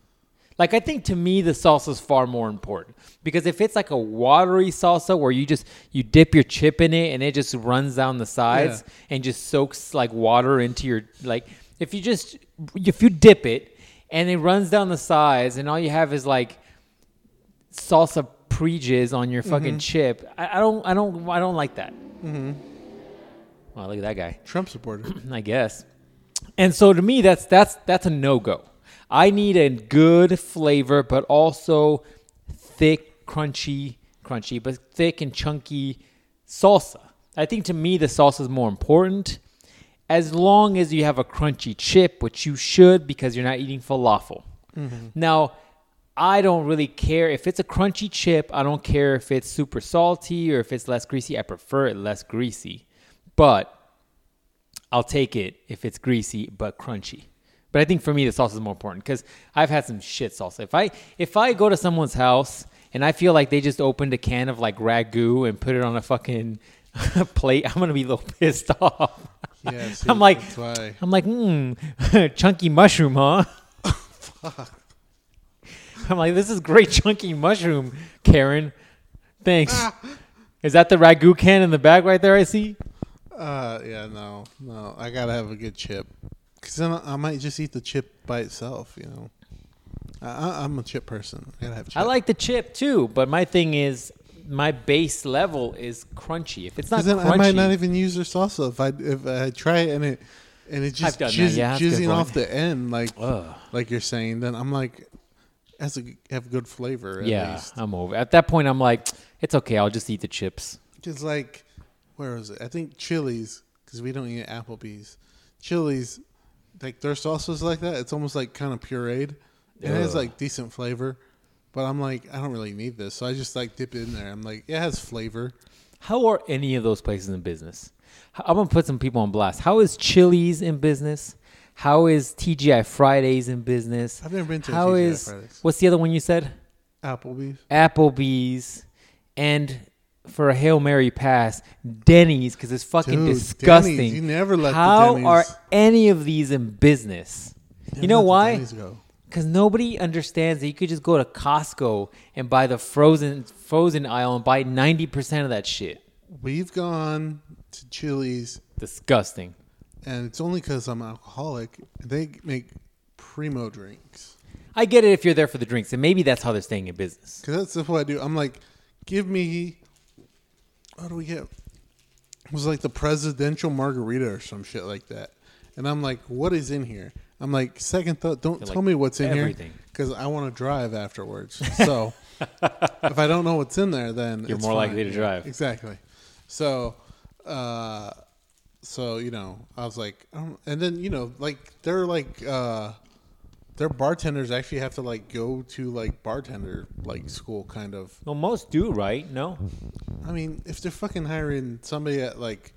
Speaker 1: Like I think to me the salsa is far more important because if it's like a watery salsa where you just you dip your chip in it and it just runs down the sides and just soaks like water into your like if you just if you dip it and it runs down the sides, and all you have is like salsa preaches on your fucking chip. I, I don't, I don't, I don't like that.
Speaker 2: Mm-hmm.
Speaker 1: Wow, look at that guy.
Speaker 2: Trump supporter.
Speaker 1: I guess. And so to me, that's that's that's a no go. I need a good flavor, but also thick, crunchy, crunchy, but thick and chunky salsa. I think to me the salsa is more important. As long as you have a crunchy chip, which you should because you're not eating falafel. Mm-hmm. Now, I don't really care if it's a crunchy chip. I don't care if it's super salty or if it's less greasy. I prefer it less greasy. But I'll take it if it's greasy but crunchy. But I think for me the salsa is more important because I've had some shit salsa. If I if I go to someone's house and I feel like they just opened a can of like ragu and put it on a fucking plate, I'm gonna be a little pissed off.
Speaker 2: Yeah, see,
Speaker 1: I'm like,
Speaker 2: that's why.
Speaker 1: I'm like, hmm, chunky mushroom, huh? I'm like, this is great chunky mushroom, Karen. Thanks. Is that the ragu can in the back right there? I see.
Speaker 2: Uh, yeah, no, no. I gotta have a good chip, cause then I I might just eat the chip by itself. You know, I, I- I'm a chip person. I gotta have. Chip.
Speaker 1: I like the chip too, but my thing is my base level is crunchy. If it's not
Speaker 2: Cause then
Speaker 1: crunchy,
Speaker 2: I might not even use their salsa if I if I try it and it and it
Speaker 1: I've
Speaker 2: just
Speaker 1: done that,
Speaker 2: jizz,
Speaker 1: yeah, that's a good
Speaker 2: jizzing off
Speaker 1: point.
Speaker 2: the end like
Speaker 1: Ugh.
Speaker 2: like you're saying. Then I'm like, has a have good flavor. At
Speaker 1: yeah,
Speaker 2: least.
Speaker 1: I'm over. At that point, I'm like, it's okay. I'll just eat the chips.
Speaker 2: Because like, where was it? I think Chili's, because we don't eat at Applebee's. Chili's, like their salsa's like that. It's almost like kind of pureed. It has
Speaker 1: Ugh.
Speaker 2: like decent flavor, but I'm like, I don't really need this, so I just like dip it in there. I'm like, it has flavor.
Speaker 1: How are any of those places in business? H- I'm gonna put some people on blast. How is Chili's in business? How is TGI Fridays in business?
Speaker 2: I've never been to a
Speaker 1: How
Speaker 2: TGI
Speaker 1: is
Speaker 2: Fridays.
Speaker 1: what's the other one you said?
Speaker 2: Applebee's.
Speaker 1: Applebee's, and for a hail mary pass, Denny's because it's fucking
Speaker 2: Dude,
Speaker 1: disgusting.
Speaker 2: Denny's, you never let the
Speaker 1: How
Speaker 2: Denny's-
Speaker 1: are any of these in business? you
Speaker 2: Never
Speaker 1: know
Speaker 2: let the
Speaker 1: why?
Speaker 2: Denny's go.
Speaker 1: Because nobody understands that you could just go to Costco and buy the frozen frozen aisle and buy ninety percent of that shit.
Speaker 2: We've gone to Chili's,
Speaker 1: Disgusting.
Speaker 2: and it's only because I'm alcoholic. They make primo drinks.
Speaker 1: I get it if you're there for the drinks, and maybe that's how they're staying in business.
Speaker 2: Because that's what I do. I'm like, give me. What do we get? It was like the presidential margarita or some shit like that. And I'm like, what is in here? I'm like, second thought, don't
Speaker 1: They're
Speaker 2: tell
Speaker 1: like,
Speaker 2: me what's in
Speaker 1: everything.
Speaker 2: here. Because I want to drive afterwards. So if I don't know what's in there, then
Speaker 1: You're
Speaker 2: it's
Speaker 1: more
Speaker 2: fine.
Speaker 1: likely to drive.
Speaker 2: Exactly. So, uh, so you know, I was like, I don't, and then you know, like they're like uh, their bartenders actually have to like go to like bartender like school kind of.
Speaker 1: Well, most do, right? No,
Speaker 2: I mean, if they're fucking hiring somebody at like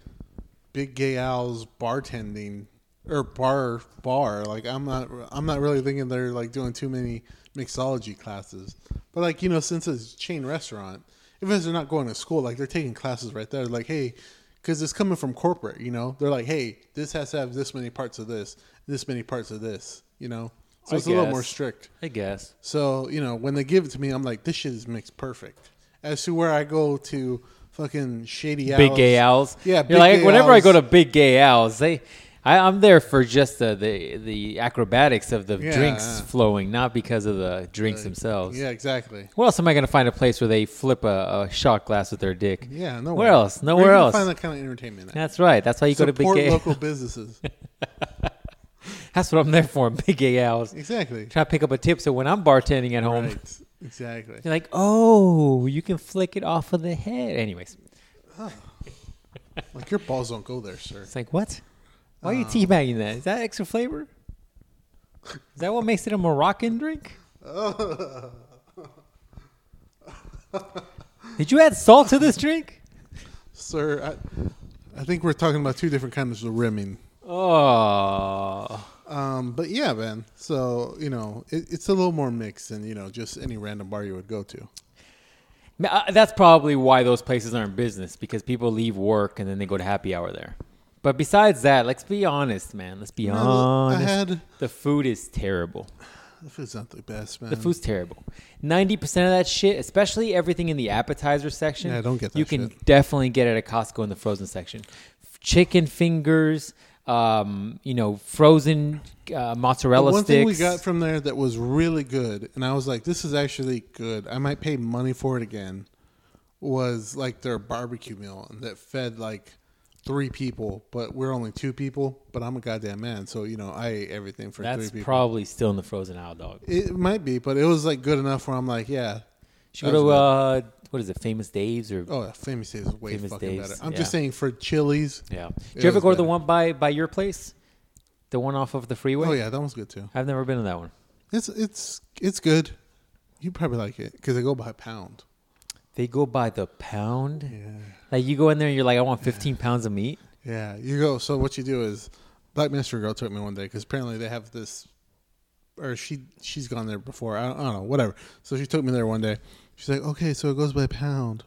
Speaker 2: Big Gay Owl's bartending or bar bar, like I'm not I'm not really thinking they're like doing too many mixology classes. But like you know, since it's a chain restaurant, even if they're not going to school, like they're taking classes right there. Like hey, because it's coming from corporate, you know, they're like hey, this has to have this many parts of this, this many parts of this, you know.
Speaker 1: I
Speaker 2: So it's a little more
Speaker 1: guess.
Speaker 2: strict.
Speaker 1: I guess.
Speaker 2: So you know, when they give it to me, I'm like, this shit is mixed perfect. As to where I go to fucking shady
Speaker 1: Big gay
Speaker 2: Al's-
Speaker 1: owls.
Speaker 2: Yeah,
Speaker 1: You're like
Speaker 2: Gay
Speaker 1: whenever I go
Speaker 2: Al's-
Speaker 1: to big gay owls, they, I, I'm there for just the, the the acrobatics of the
Speaker 2: Yeah,
Speaker 1: drinks
Speaker 2: yeah.
Speaker 1: flowing, not because of the drinks themselves.
Speaker 2: Yeah, exactly.
Speaker 1: Where else am I going to find a place where they flip a, a shot glass with their dick?
Speaker 2: Yeah, nowhere.
Speaker 1: Where else?
Speaker 2: Where
Speaker 1: Nowhere
Speaker 2: you can
Speaker 1: else.
Speaker 2: Find that kind of entertainment. At?
Speaker 1: That's right. That's why you go to
Speaker 2: Support
Speaker 1: Big Gay.
Speaker 2: local businesses.
Speaker 1: That's what I'm there for. Big Gay Owls.
Speaker 2: Exactly.
Speaker 1: Try to pick up a tip so when I'm bartending at home,
Speaker 2: Right. Exactly.
Speaker 1: you're like, oh, you can flick it off of the head. Anyways,
Speaker 2: Like your balls don't go there, sir.
Speaker 1: it's like what? Why are you teabagging that? Is that extra flavor? Is that what makes it a Moroccan drink? Did you add salt to this drink?
Speaker 2: Sir, I, I think we're talking about two different kinds of rimming.
Speaker 1: Oh,
Speaker 2: Um, but yeah, man. So you know, it, it's a little more mixed than you know just any random bar you would go to.
Speaker 1: Ma- uh, that's probably why those places aren't in business because people leave work and then they go to happy hour there. But besides that, let's be honest, man. Let's be
Speaker 2: No, I
Speaker 1: honest.
Speaker 2: had
Speaker 1: The food is terrible.
Speaker 2: the food's not the best, man.
Speaker 1: The food's terrible. Ninety percent of that shit, especially everything in the appetizer section,
Speaker 2: Yeah, I don't get that
Speaker 1: You can
Speaker 2: shit.
Speaker 1: definitely get it at Costco in the frozen section. F- Chicken fingers, um, you know, frozen uh, mozzarella
Speaker 2: one
Speaker 1: sticks.
Speaker 2: thing we got from there that was really good, and I was like, "This is actually good. I might pay money for it again." Was like their barbecue meal that fed like three people, but we're only two people. But I'm a goddamn man, so you know I ate everything for
Speaker 1: That's
Speaker 2: three people.
Speaker 1: probably still in the frozen hot dog.
Speaker 2: it might be, but it was like good enough where I'm like, yeah.
Speaker 1: Should we
Speaker 2: that
Speaker 1: go to
Speaker 2: was
Speaker 1: uh, what is it, Famous Dave's or
Speaker 2: Oh, yeah, famous days is way
Speaker 1: Famous
Speaker 2: fucking
Speaker 1: Dave's,
Speaker 2: better. I'm
Speaker 1: yeah.
Speaker 2: just saying for chilies.
Speaker 1: yeah?
Speaker 2: It
Speaker 1: Did you ever
Speaker 2: was
Speaker 1: go to the
Speaker 2: better.
Speaker 1: one by by your place, the one off of the freeway?
Speaker 2: Oh yeah, that one's good too.
Speaker 1: I've never been to that one.
Speaker 2: It's it's it's good. You probably like it because they go by pound.
Speaker 1: They go by the pound.
Speaker 2: Yeah.
Speaker 1: Like you go in there and you're like, I want 15 pounds of meat.
Speaker 2: Yeah, you go. So what you do is, Black Minister Girl took me one day because apparently they have this, or she she's gone there before. I don't, I don't know, whatever. So she took me there one day. She's like, okay, so it goes by pound.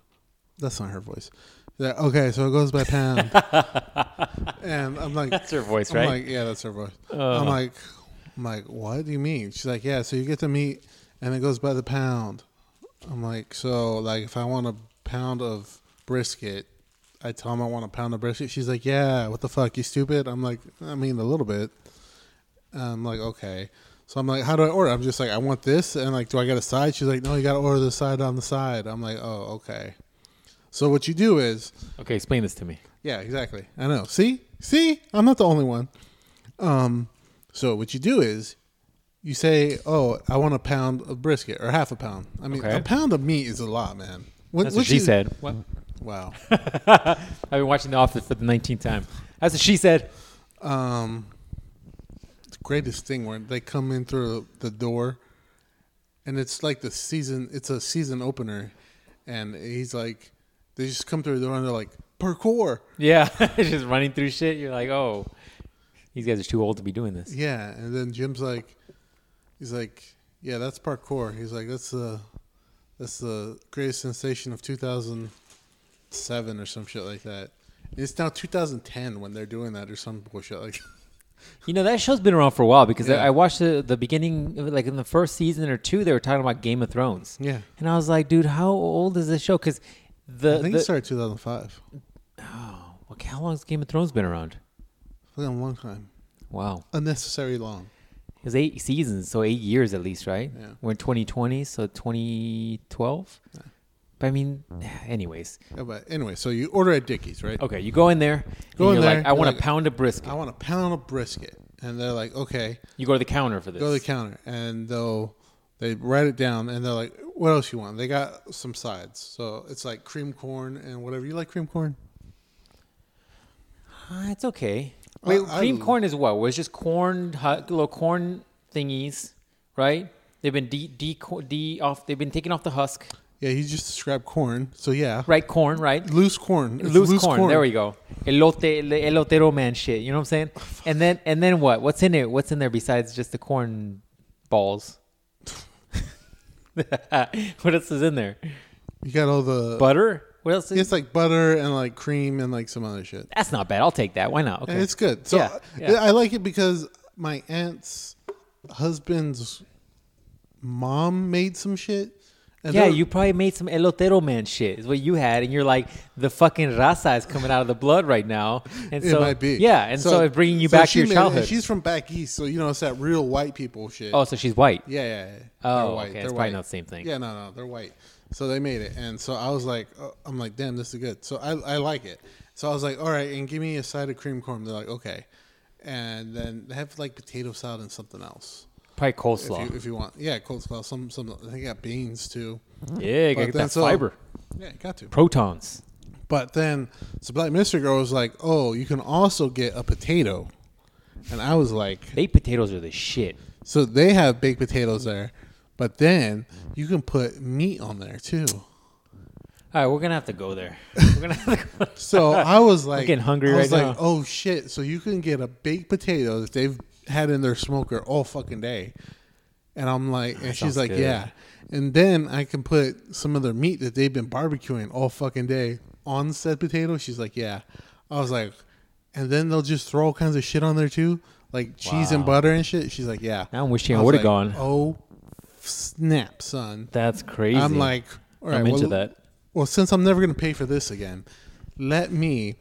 Speaker 2: That's not her voice. She's like, okay, so it goes by pound. and I'm like,
Speaker 1: That's her voice,
Speaker 2: I'm
Speaker 1: right? Uh.
Speaker 2: like, yeah, that's her voice. I'm like, I'm like, what do you mean? She's like, yeah, so you get the meat and it goes by the pound. I'm like, so like if I want a pound of brisket, I tell him I want a pound of brisket. She's like, yeah, what the fuck, you stupid? I'm like, I mean a little bit. And I'm like, okay. So I'm like, how do I order? I'm just like, I want this, and like, do I get a side? She's like, no, you got to order the side on the side. I'm like, oh, okay. So what you do is,
Speaker 1: okay, explain this to me.
Speaker 2: yeah, exactly. I know. See? See? I'm not the only one. Um, so what you do is you say, "Oh, I want a pound of brisket or half a pound." I mean,
Speaker 1: Okay.
Speaker 2: a pound of meat is a lot, man. What,
Speaker 1: That's what, she
Speaker 2: you-
Speaker 1: said. What?
Speaker 2: Wow.
Speaker 1: I've been watching The Office for the 19th time. That's what she said.
Speaker 2: um, the greatest thing where they come in through the door, and it's like the season. It's a season opener, and he's like, they just come through the door and they're like parkour.
Speaker 1: Yeah, just running through shit. You're like, oh, these guys are too old to be doing this.
Speaker 2: Yeah, and then Jim's like, he's like, yeah, that's parkour. He's like, that's the, that's the greatest sensation of 2007 or some shit like that. And it's now 2010 when they're doing that or some bullshit like.
Speaker 1: You know that show's been around for a while because
Speaker 2: Yeah.
Speaker 1: I, I watched the, the beginning, like in the first season or two, they were talking about Game of Thrones,
Speaker 2: Yeah,
Speaker 1: and I was like, dude, how old is this show? Because the,
Speaker 2: I think
Speaker 1: the
Speaker 2: it started 2005.
Speaker 1: oh, okay, how long has Game of Thrones been around?
Speaker 2: Fucking long time,
Speaker 1: Wow,
Speaker 2: unnecessary long.
Speaker 1: it was eight seasons, so eight years at least, right?
Speaker 2: Yeah.
Speaker 1: We're in 2020, so 2012. But I mean, anyways,
Speaker 2: Yeah, but anyway, so you order at Dickie's, right?
Speaker 1: okay, you go in there,
Speaker 2: Go
Speaker 1: and
Speaker 2: in
Speaker 1: you're
Speaker 2: there,
Speaker 1: like, I
Speaker 2: you're
Speaker 1: want a
Speaker 2: like-
Speaker 1: pound of brisket.
Speaker 2: I want a pound of brisket, and they're like, okay.
Speaker 1: You go to the counter for this.
Speaker 2: Go to the counter, and they'll they write it down, and they're like, "What else you want?" They got some sides, so it's like cream corn and whatever. You like cream corn?
Speaker 1: Uh, it's okay.
Speaker 2: Uh,
Speaker 1: Wait,
Speaker 2: I
Speaker 1: cream
Speaker 2: l-
Speaker 1: corn is what? Was just corn, hot, little corn thingies, right? They've been de, de, de off. They've been taken off the husk,
Speaker 2: Yeah, you just described corn, so yeah,
Speaker 1: right? Corn, right?
Speaker 2: loose corn, It's
Speaker 1: Loose, corn. There we go. Elote, el- elotero man shit. You know what I'm saying? And then, and then what? What's in it? What's in there besides just the corn balls? what else is in there?
Speaker 2: You got all the
Speaker 1: Butter. What else? Is,
Speaker 2: it's like butter and like cream and like some other shit,
Speaker 1: that's not bad. I'll take that. Why not?
Speaker 2: and
Speaker 1: Okay.
Speaker 2: it's good. So
Speaker 1: Yeah, yeah.
Speaker 2: I like it because my aunt's husband's mom made some shit. And
Speaker 1: Yeah,
Speaker 2: they're-
Speaker 1: you probably made some elotero man shit. Is what you had, and you're like the fucking raza is coming out of the blood right now, and
Speaker 2: It
Speaker 1: so
Speaker 2: might be.
Speaker 1: yeah, and so, it's bringing you
Speaker 2: so
Speaker 1: back to
Speaker 2: she
Speaker 1: your
Speaker 2: made it, and
Speaker 1: childhood.
Speaker 2: She's from back east, so you know it's that real white people shit.
Speaker 1: oh, so she's white.
Speaker 2: Yeah, yeah. yeah.
Speaker 1: Oh,
Speaker 2: They're white.
Speaker 1: okay,
Speaker 2: They're
Speaker 1: it's probably
Speaker 2: white.
Speaker 1: not the same thing.
Speaker 2: Yeah, no, no, they're white. So they made it, and so I was like, oh, I'm like, damn, this is good. So I, I like it. So I was like, all right, and give me a side of cream corn. They're like, okay, and then they have like potato salad and something else
Speaker 1: Probably
Speaker 2: if
Speaker 1: coleslaw.
Speaker 2: you if you want. Yeah, coleslaw. Some some. They got beans too.
Speaker 1: yeah,
Speaker 2: But
Speaker 1: gotta get
Speaker 2: then
Speaker 1: that
Speaker 2: so-
Speaker 1: fiber,
Speaker 2: Yeah, got to.
Speaker 1: protons.
Speaker 2: But then, so Black Mystery Girl was like, oh, you can also get a potato, and I was like,
Speaker 1: Baked potatoes are the shit.
Speaker 2: so they have baked potatoes there, but then you can put meat on there too.
Speaker 1: All right, we're gonna have to go there. We're gonna have to go.
Speaker 2: So I was like,
Speaker 1: getting hungry
Speaker 2: I was
Speaker 1: right
Speaker 2: like,
Speaker 1: now.
Speaker 2: oh shit! So you can get a baked potato that they've had in their smoker all fucking day, and I'm like, and
Speaker 1: sounds
Speaker 2: she's like,
Speaker 1: good.
Speaker 2: yeah, and then I can put some of their meat that they've been barbecuing all fucking day on said potato. She's like, yeah. I was like, and then they'll just throw all kinds of shit on there too, like cheese and
Speaker 1: Wow.
Speaker 2: butter and shit. She's like, yeah.
Speaker 1: Now I'm wishing I
Speaker 2: was
Speaker 1: would've
Speaker 2: like,
Speaker 1: gone.
Speaker 2: Oh, snap, son!
Speaker 1: That's crazy.
Speaker 2: I'm like, all right,
Speaker 1: I'm into
Speaker 2: well,
Speaker 1: that.
Speaker 2: Well, since I'm never going to pay for this again, let me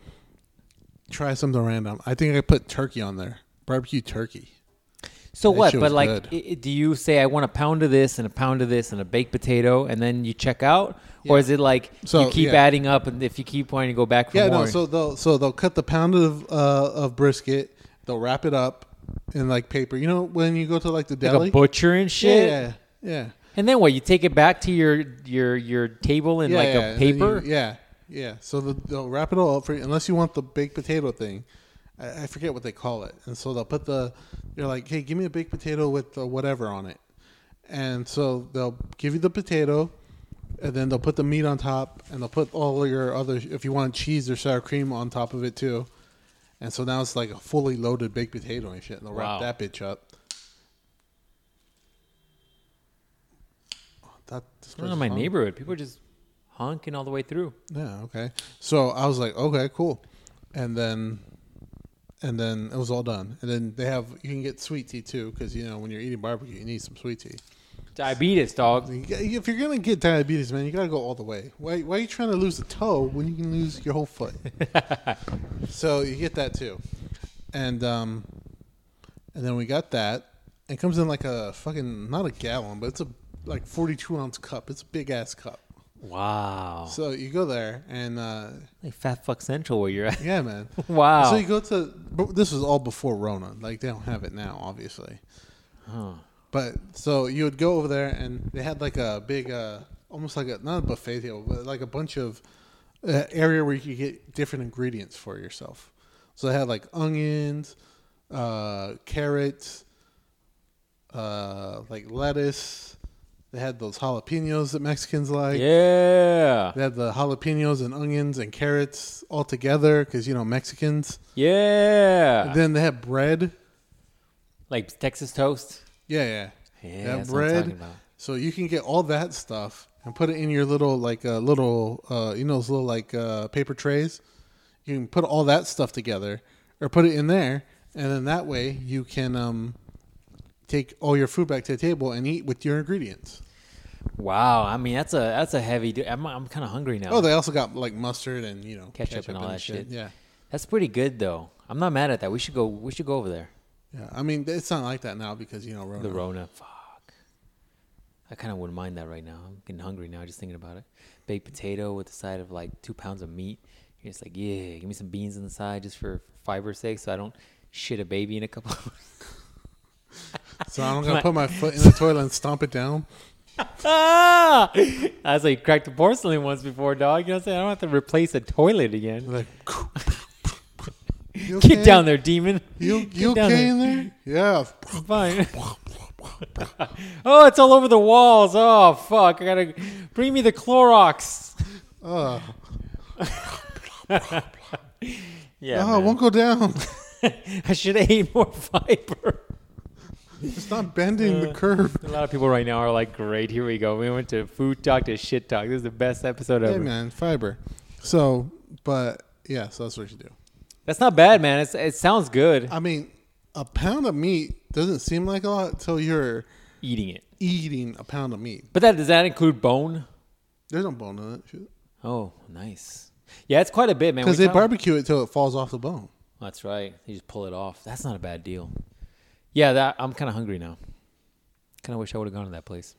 Speaker 2: try something random. I think I put turkey on there. Barbecue turkey.
Speaker 1: So
Speaker 2: That
Speaker 1: what?
Speaker 2: shit
Speaker 1: But
Speaker 2: was
Speaker 1: like,
Speaker 2: good.
Speaker 1: i- i- do you say I want a pound of this and a pound of this and a baked potato, and then you check out, or
Speaker 2: Yeah.
Speaker 1: is it like
Speaker 2: So,
Speaker 1: you keep
Speaker 2: yeah.
Speaker 1: adding up, and if you keep wanting to go back for
Speaker 2: Yeah,
Speaker 1: more?
Speaker 2: no. So they'll so they'll cut the pound of uh, of brisket. They'll wrap it up in like paper. You know when you go to like the
Speaker 1: like
Speaker 2: deli.
Speaker 1: a butcher and shit.
Speaker 2: Yeah, yeah,
Speaker 1: And then what? You take it back to your your your table in
Speaker 2: yeah.
Speaker 1: like
Speaker 2: yeah,
Speaker 1: a
Speaker 2: and then you-
Speaker 1: paper.
Speaker 2: yeah, yeah. So the, they'll wrap it all up for you, unless you want the baked potato thing. I, I forget what they call it. And so they'll put the. You're like, hey, give me a baked potato with uh, whatever on it, and so they'll give you the potato. And then they'll put the meat on top, and they'll put all your other, if you want cheese or sour cream on top of it too. And so now it's like a fully loaded baked potato and shit. And they'll
Speaker 1: Wow.
Speaker 2: wrap that bitch up. Oh, That, this
Speaker 1: Not
Speaker 2: place
Speaker 1: in
Speaker 2: is
Speaker 1: my
Speaker 2: hungry.
Speaker 1: neighborhood. People are just honking all the way through.
Speaker 2: Yeah, okay. So I was like, okay, cool. And then and then it was all done. And then they have you can get sweet tea too cuz you know when you're eating barbecue you need some sweet tea.
Speaker 1: Diabetes, dog.
Speaker 2: You g- If you're going to get diabetes, man, you got to go all the way. Why why are you trying to lose a toe when you can lose your whole foot? so you get that too. And um and then we got that. It comes in like a fucking not a gallon, but it's a like 42 ounce cup. It's a big ass cup.
Speaker 1: Wow.
Speaker 2: So you go there and uh
Speaker 1: Like Fat Fuck Central where you're at.
Speaker 2: yeah, man.
Speaker 1: Wow.
Speaker 2: So you go to but this was all before Rona. Like they don't have it now, obviously.
Speaker 1: Huh.
Speaker 2: But so you would go over there and they had like a big, uh, almost like a not a buffet table, but like a bunch of uh, area where you could get different ingredients for yourself. So they had like onions, uh, carrots, uh, like lettuce. They had those jalapenos that Mexicans like.
Speaker 1: yeah.
Speaker 2: They had the jalapenos and onions and carrots all together because you know Mexicans.
Speaker 1: Yeah.
Speaker 2: Then they have bread.
Speaker 1: like Texas toast.
Speaker 2: Yeah, yeah.
Speaker 1: Yeah,
Speaker 2: They have
Speaker 1: that's what I'm talking
Speaker 2: bread.
Speaker 1: about.
Speaker 2: So you can get all that stuff and put it in your little like uh, little uh, you know those little like uh, paper trays. You can put all that stuff together or put it in there, and then that way you can um, take all your food back to the table and eat with your ingredients.
Speaker 1: Wow, I mean that's a that's a heavy. Du- I'm I'm kind of hungry now.
Speaker 2: Oh, they also got like mustard and you know
Speaker 1: Ketchup and all that shit.
Speaker 2: Yeah.
Speaker 1: that's pretty good though. I'm not mad at that. We should go. We should go over there.
Speaker 2: Yeah, I mean it's not like that now because you know Rona.
Speaker 1: The Rona, fuck. I kind of wouldn't mind that right now. I'm getting hungry now just thinking about it. Baked potato with the side of like two pounds of meat. You're just like, yeah, give me some beans on the side just for fiber's sake, so I don't shit a baby in a couple.
Speaker 2: So I'm gonna put my foot in the toilet and stomp it down.
Speaker 1: ah! That's like cracked the porcelain once before, dog. You know what I'm saying? I don't have to replace a toilet again.
Speaker 2: Like, You
Speaker 1: Get
Speaker 2: okay?
Speaker 1: down there, demon.
Speaker 2: You,
Speaker 1: Get
Speaker 2: you
Speaker 1: down
Speaker 2: okay in there? Yeah.
Speaker 1: I'm fine. oh, it's all over the walls. Oh, fuck. I gotta bring me the Clorox.
Speaker 2: Uh,
Speaker 1: Yeah.
Speaker 2: oh, it
Speaker 1: man.
Speaker 2: won't go down.
Speaker 1: I should have ate more fiber.
Speaker 2: It's not bending
Speaker 1: Uh,
Speaker 2: the curve.
Speaker 1: A lot of people right now are like, great, here we go. We went to food talk to shit talk. This is the best episode
Speaker 2: Hey,
Speaker 1: ever.
Speaker 2: man, fiber. So, but yeah, so that's what you do.
Speaker 1: That's not bad, man. It's, it sounds good.
Speaker 2: I mean, a pound of meat doesn't seem like a lot until you're
Speaker 1: Eating it.
Speaker 2: eating a pound of meat.
Speaker 1: But that does that include bone?
Speaker 2: There's no bone in it
Speaker 1: Oh, nice. Yeah, it's quite a bit, man.
Speaker 2: because
Speaker 1: We
Speaker 2: they
Speaker 1: talk-
Speaker 2: barbecue it till it falls off the bone.
Speaker 1: That's right. You just pull it off. That's not a bad deal. Yeah, that I'm kind of hungry now. Kind of wish I would have gone to that place.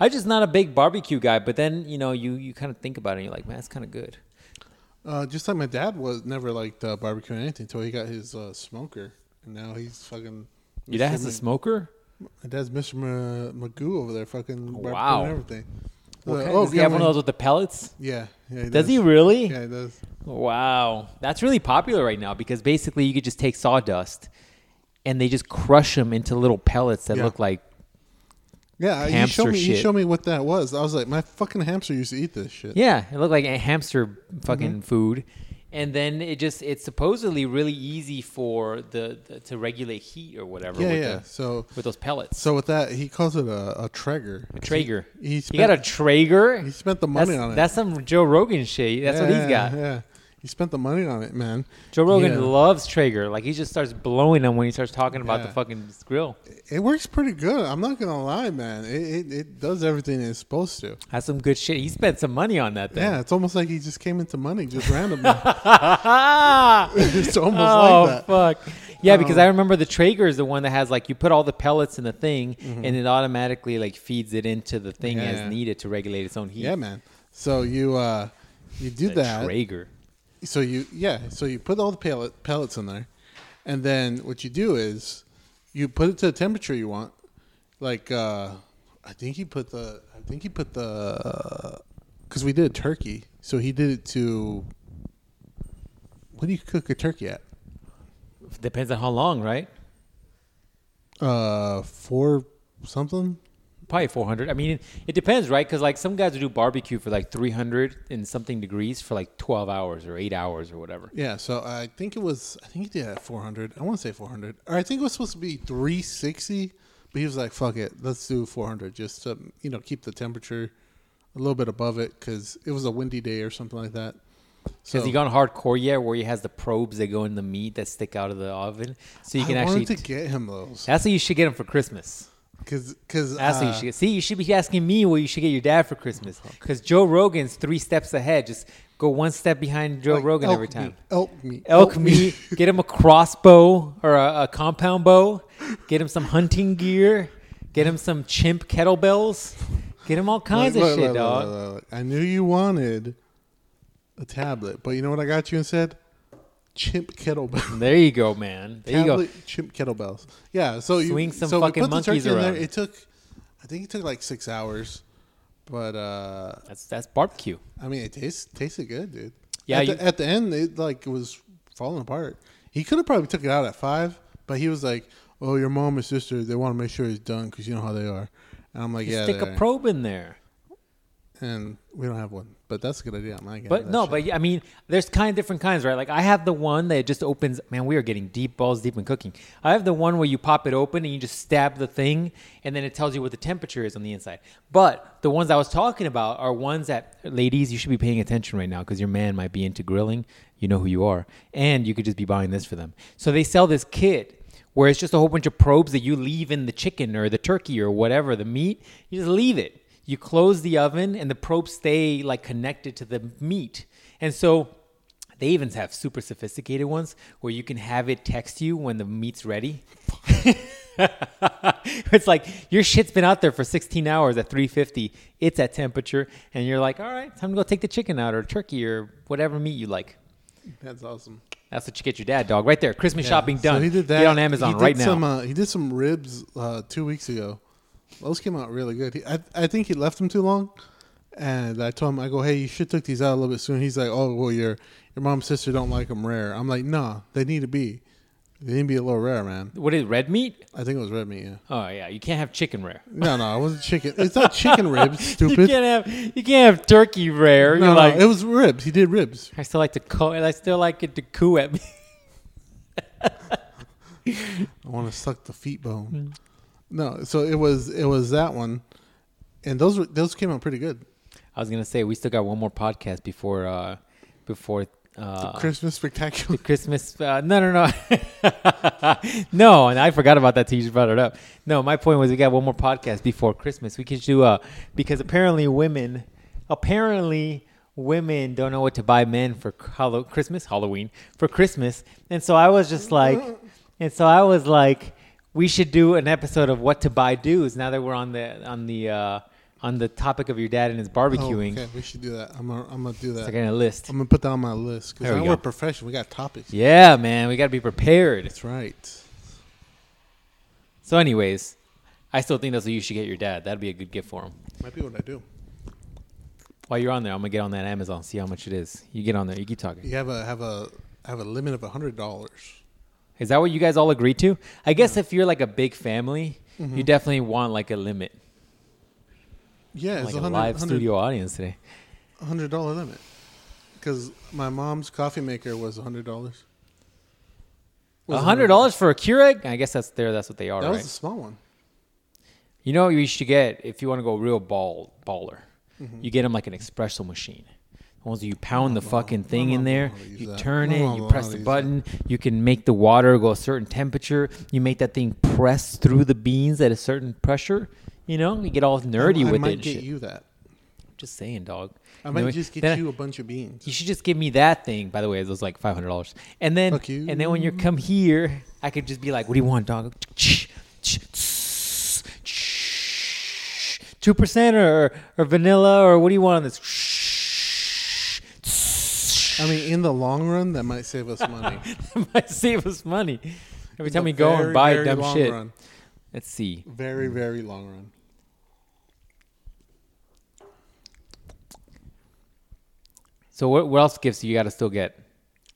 Speaker 1: I'm just not a big barbecue guy, but then you know, you you kind of think about it, and you're like, man, that's kind of good.
Speaker 2: Uh, just like my dad was never liked uh, barbecuing anything until he got his uh, smoker, and now he's fucking.
Speaker 1: Your dad has a
Speaker 2: Mr.
Speaker 1: smoker.
Speaker 2: My dad's Mr. Ma- Magoo over there, fucking barbecuing
Speaker 1: Wow.
Speaker 2: everything.
Speaker 1: What
Speaker 2: Uh,
Speaker 1: kind? does he
Speaker 2: yeah,
Speaker 1: have one of
Speaker 2: my-
Speaker 1: those with the pellets?
Speaker 2: Yeah, yeah.
Speaker 1: Does he really?
Speaker 2: Yeah, he does.
Speaker 1: Wow, that's really popular right now because basically you could just take sawdust, and they just crush them into little pellets that
Speaker 2: Yeah.
Speaker 1: look like
Speaker 2: Yeah, you
Speaker 1: Hamster
Speaker 2: showed me. You
Speaker 1: shit.
Speaker 2: showed me what that was. I was like, my fucking hamster used to eat this shit.
Speaker 1: Yeah, it looked like a hamster fucking
Speaker 2: Mm-hmm.
Speaker 1: food. And then it just it's supposedly really easy for the, the to regulate heat or whatever
Speaker 2: yeah,
Speaker 1: with,
Speaker 2: yeah.
Speaker 1: The,
Speaker 2: So,
Speaker 1: with those pellets.
Speaker 2: so with that, he calls it a, a Traeger.
Speaker 1: a Traeger.
Speaker 2: He, he
Speaker 1: you got a
Speaker 2: spent,
Speaker 1: Traeger?
Speaker 2: he spent the money
Speaker 1: That's,
Speaker 2: on it.
Speaker 1: that's some Joe Rogan shit. That's what
Speaker 2: Yeah,
Speaker 1: he's got.
Speaker 2: Yeah, yeah. he He spent the money on it, man.
Speaker 1: Joe Rogan
Speaker 2: Yeah.
Speaker 1: loves Traeger. Like he just starts blowing them when he starts talking about the
Speaker 2: Yeah.
Speaker 1: fucking grill.
Speaker 2: It works pretty good. I'm not gonna lie, man. It it, it does everything it's supposed to.
Speaker 1: That's some good shit. He spent some money on that
Speaker 2: Yeah,
Speaker 1: thing.
Speaker 2: it's almost like he just came into money just randomly.
Speaker 1: Yeah.
Speaker 2: it's almost
Speaker 1: oh
Speaker 2: like that. Um,
Speaker 1: fuck. Yeah, because I remember the Traeger is the one that has like you put all the pellets in the thing and it automatically like feeds it into the thing
Speaker 2: Yeah,
Speaker 1: as
Speaker 2: Mm-hmm. yeah.
Speaker 1: needed to regulate its own heat.
Speaker 2: Yeah, man. So you uh you do
Speaker 1: The
Speaker 2: that.
Speaker 1: Traeger.
Speaker 2: So you yeah, so you put all the pellet, pellets in there, and then what you do is you put it to the temperature you want. Like uh, I think he put the I think he put the because we did turkey, so he did it to. What do you cook a turkey at?
Speaker 1: Depends on how long, right?
Speaker 2: Uh, four something.
Speaker 1: Probably 400. I mean, it, it depends, right? Because like some guys will do barbecue for like 300 and something degrees for like 12 hours or eight hours or whatever.
Speaker 2: Yeah, so I think it was. I think he did it at four hundred. I want to say four hundred, or I think it was supposed to be three sixty, but he was like, "Fuck it, let's do four hundred, just to you know keep the temperature a little bit above it because it was a windy day or something like that." So
Speaker 1: Has
Speaker 2: Oh.
Speaker 1: he gone hardcore yet, where he has the probes that go in the meat that stick out of the oven, so you can
Speaker 2: I
Speaker 1: actually?
Speaker 2: wanted to
Speaker 1: t-
Speaker 2: get him those uh,
Speaker 1: that's what you should get him for Christmas.
Speaker 2: because because
Speaker 1: That's what you should get. see. You should be asking me what you should get your dad for Christmas, because Joe Rogan's three steps ahead. Just go one step behind Joe Rogan every time.
Speaker 2: Meat, elk meat,
Speaker 1: Elk meat. Get him a crossbow or a, a compound bow. Get him some hunting gear. Get him some chimp kettlebells. Get him all kinds
Speaker 2: Look,
Speaker 1: of
Speaker 2: look,
Speaker 1: shit,
Speaker 2: look, look,
Speaker 1: dog.
Speaker 2: look, look. I knew you wanted a tablet, but you know what I got you instead? Chimp kettlebell.
Speaker 1: There you go, man. There you go.
Speaker 2: Tablet chimp kettlebells. Yeah, so you
Speaker 1: Swing some
Speaker 2: so we
Speaker 1: fucking
Speaker 2: put the
Speaker 1: monkeys
Speaker 2: turkey in
Speaker 1: around.
Speaker 2: There. It took, I think it took like six hours, but uh
Speaker 1: That's that's barbecue.
Speaker 2: I mean it tastes tasted good, dude.
Speaker 1: Yeah,
Speaker 2: at,
Speaker 1: you-
Speaker 2: the, at the end it like was falling apart. He could have probably took it out at five, but he was like, "Oh, your mom and sister, they want to make sure it's done because you know how they are." And I'm like,
Speaker 1: You
Speaker 2: "Yeah,
Speaker 1: stick
Speaker 2: they
Speaker 1: a
Speaker 2: are."
Speaker 1: probe in there.
Speaker 2: and we don't have one, but that's a good idea. I'm not getting
Speaker 1: But
Speaker 2: that
Speaker 1: no,
Speaker 2: shit.
Speaker 1: but yeah, I mean, there's kind of different kinds, right? Like I have the one that just opens. Man, we are getting deep balls deep in cooking. I have the one where you pop it open and you just stab the thing, and then it tells you what the temperature is on the inside. But the ones I was talking about are ones that, ladies, you should be paying attention right now because your man might be into grilling. You know who you are, and you could just be buying this for them. So they sell this kit where it's just a whole bunch of probes that you leave in the chicken or the turkey or whatever the meat. You just leave it. You close the oven and the probes stay like connected to the meat. And so they even have super sophisticated ones where you can have it text you when the meat's ready. it's like your shit's been out there for 16 hours at 350. It's at temperature, and you're like, all right, time to go take the chicken out or turkey or whatever meat you like.
Speaker 2: that's awesome.
Speaker 1: That's what you get your dad, dog. Right there. Christmas
Speaker 2: Yeah.
Speaker 1: shopping done.
Speaker 2: So he did that
Speaker 1: Get on Amazon
Speaker 2: He did
Speaker 1: right now.
Speaker 2: some, uh, he did some ribs uh, two weeks ago. Those came out really good. He, I, I think he left them too long, and I told him, I go, hey, you should took these out a little bit soon. He's like, oh, well, your your mom and sister don't like them rare. I'm like, nah, they need to be. They need to be a little rare, man.
Speaker 1: What is it, red meat?
Speaker 2: I think it was red meat. Yeah.
Speaker 1: Oh yeah, you can't have chicken rare.
Speaker 2: No, no, it wasn't chicken. It's not chicken ribs.
Speaker 1: You
Speaker 2: Stupid.
Speaker 1: can't have you can't have turkey rare.
Speaker 2: No,
Speaker 1: You're
Speaker 2: no,
Speaker 1: like
Speaker 2: it was ribs. He did ribs.
Speaker 1: I still like to coo- I still like it to coo at me.
Speaker 2: I want to suck the feet
Speaker 1: Hmm.
Speaker 2: bone. No, so it was it was that one, and those were those came out pretty good.
Speaker 1: I was gonna say we still got one more podcast before uh before uh
Speaker 2: Christmas spectacular.
Speaker 1: the Christmas. Uh, no, no, no, no. And I forgot about that till you brought it up. No, my point was we got one more podcast before Christmas. We could do uh because apparently women, apparently women don't know what to buy men for Hallow- Christmas, Halloween for Christmas. And so I was just like, and so I was like, we should do an episode of what to buy dudes. Now that we're on the on the uh, on the topic of your dad and his barbecuing,
Speaker 2: Oh, okay, we should do that. I'm gonna, I'm gonna do that.
Speaker 1: it's like in a list.
Speaker 2: I'm gonna put that on my list because
Speaker 1: There we
Speaker 2: now
Speaker 1: go.
Speaker 2: we're professional. We got topics.
Speaker 1: Yeah, man, we got to be prepared.
Speaker 2: That's right.
Speaker 1: So, anyways, I still think that's what you should get your dad. That'd be a good gift for him.
Speaker 2: Might be what I do.
Speaker 1: While you're on there, I'm gonna get on that Amazon, see how much it is. You get on there, you keep talking.
Speaker 2: You have a have a have a limit of hundred dollars.
Speaker 1: Is that what you guys all agree to? I guess if you're like a big family,
Speaker 2: Mm-hmm.
Speaker 1: you definitely want like a limit,
Speaker 2: Yeah, it's
Speaker 1: like a
Speaker 2: a
Speaker 1: live studio audience today.
Speaker 2: hundred dollar limit. Because my mom's coffee maker was hundred dollars.
Speaker 1: A hundred dollars for a Keurig? I guess that's there. That's what they are,
Speaker 2: That
Speaker 1: right?
Speaker 2: was a small one.
Speaker 1: You
Speaker 2: Mm-hmm.
Speaker 1: know what you should get if you want to go real ball baller? You get them like an espresso machine. Once you pound the
Speaker 2: no,
Speaker 1: fucking
Speaker 2: Oh, no,
Speaker 1: thing
Speaker 2: no,
Speaker 1: in
Speaker 2: no,
Speaker 1: there,
Speaker 2: no, use
Speaker 1: you
Speaker 2: that.
Speaker 1: turn
Speaker 2: No,
Speaker 1: it,
Speaker 2: no,
Speaker 1: you
Speaker 2: no,
Speaker 1: press
Speaker 2: no,
Speaker 1: the
Speaker 2: use that.
Speaker 1: button, you can make the water go a certain temperature. You make that thing press through the beans at a certain pressure. You know, you get all nerdy
Speaker 2: I
Speaker 1: with
Speaker 2: might
Speaker 1: it. and
Speaker 2: get
Speaker 1: shit.
Speaker 2: you that.
Speaker 1: Just saying, dog.
Speaker 2: I
Speaker 1: You
Speaker 2: might
Speaker 1: know,
Speaker 2: just get
Speaker 1: then I-
Speaker 2: you a bunch of beans.
Speaker 1: you should just give me that thing. By the way, it was like five hundred dollars. And then,
Speaker 2: Fuck you.
Speaker 1: and then when you come here, I could just be like, "What do you want, dog?" Two percent or or vanilla or what do you want on this?
Speaker 2: I mean, in the long run, that might save us money.
Speaker 1: That might save us money every
Speaker 2: In
Speaker 1: time we
Speaker 2: the
Speaker 1: go
Speaker 2: very,
Speaker 1: and buy
Speaker 2: very
Speaker 1: dumb
Speaker 2: long
Speaker 1: shit.
Speaker 2: run.
Speaker 1: Let's see.
Speaker 2: Very, very long run.
Speaker 1: So what, what else gifts do you got to still get?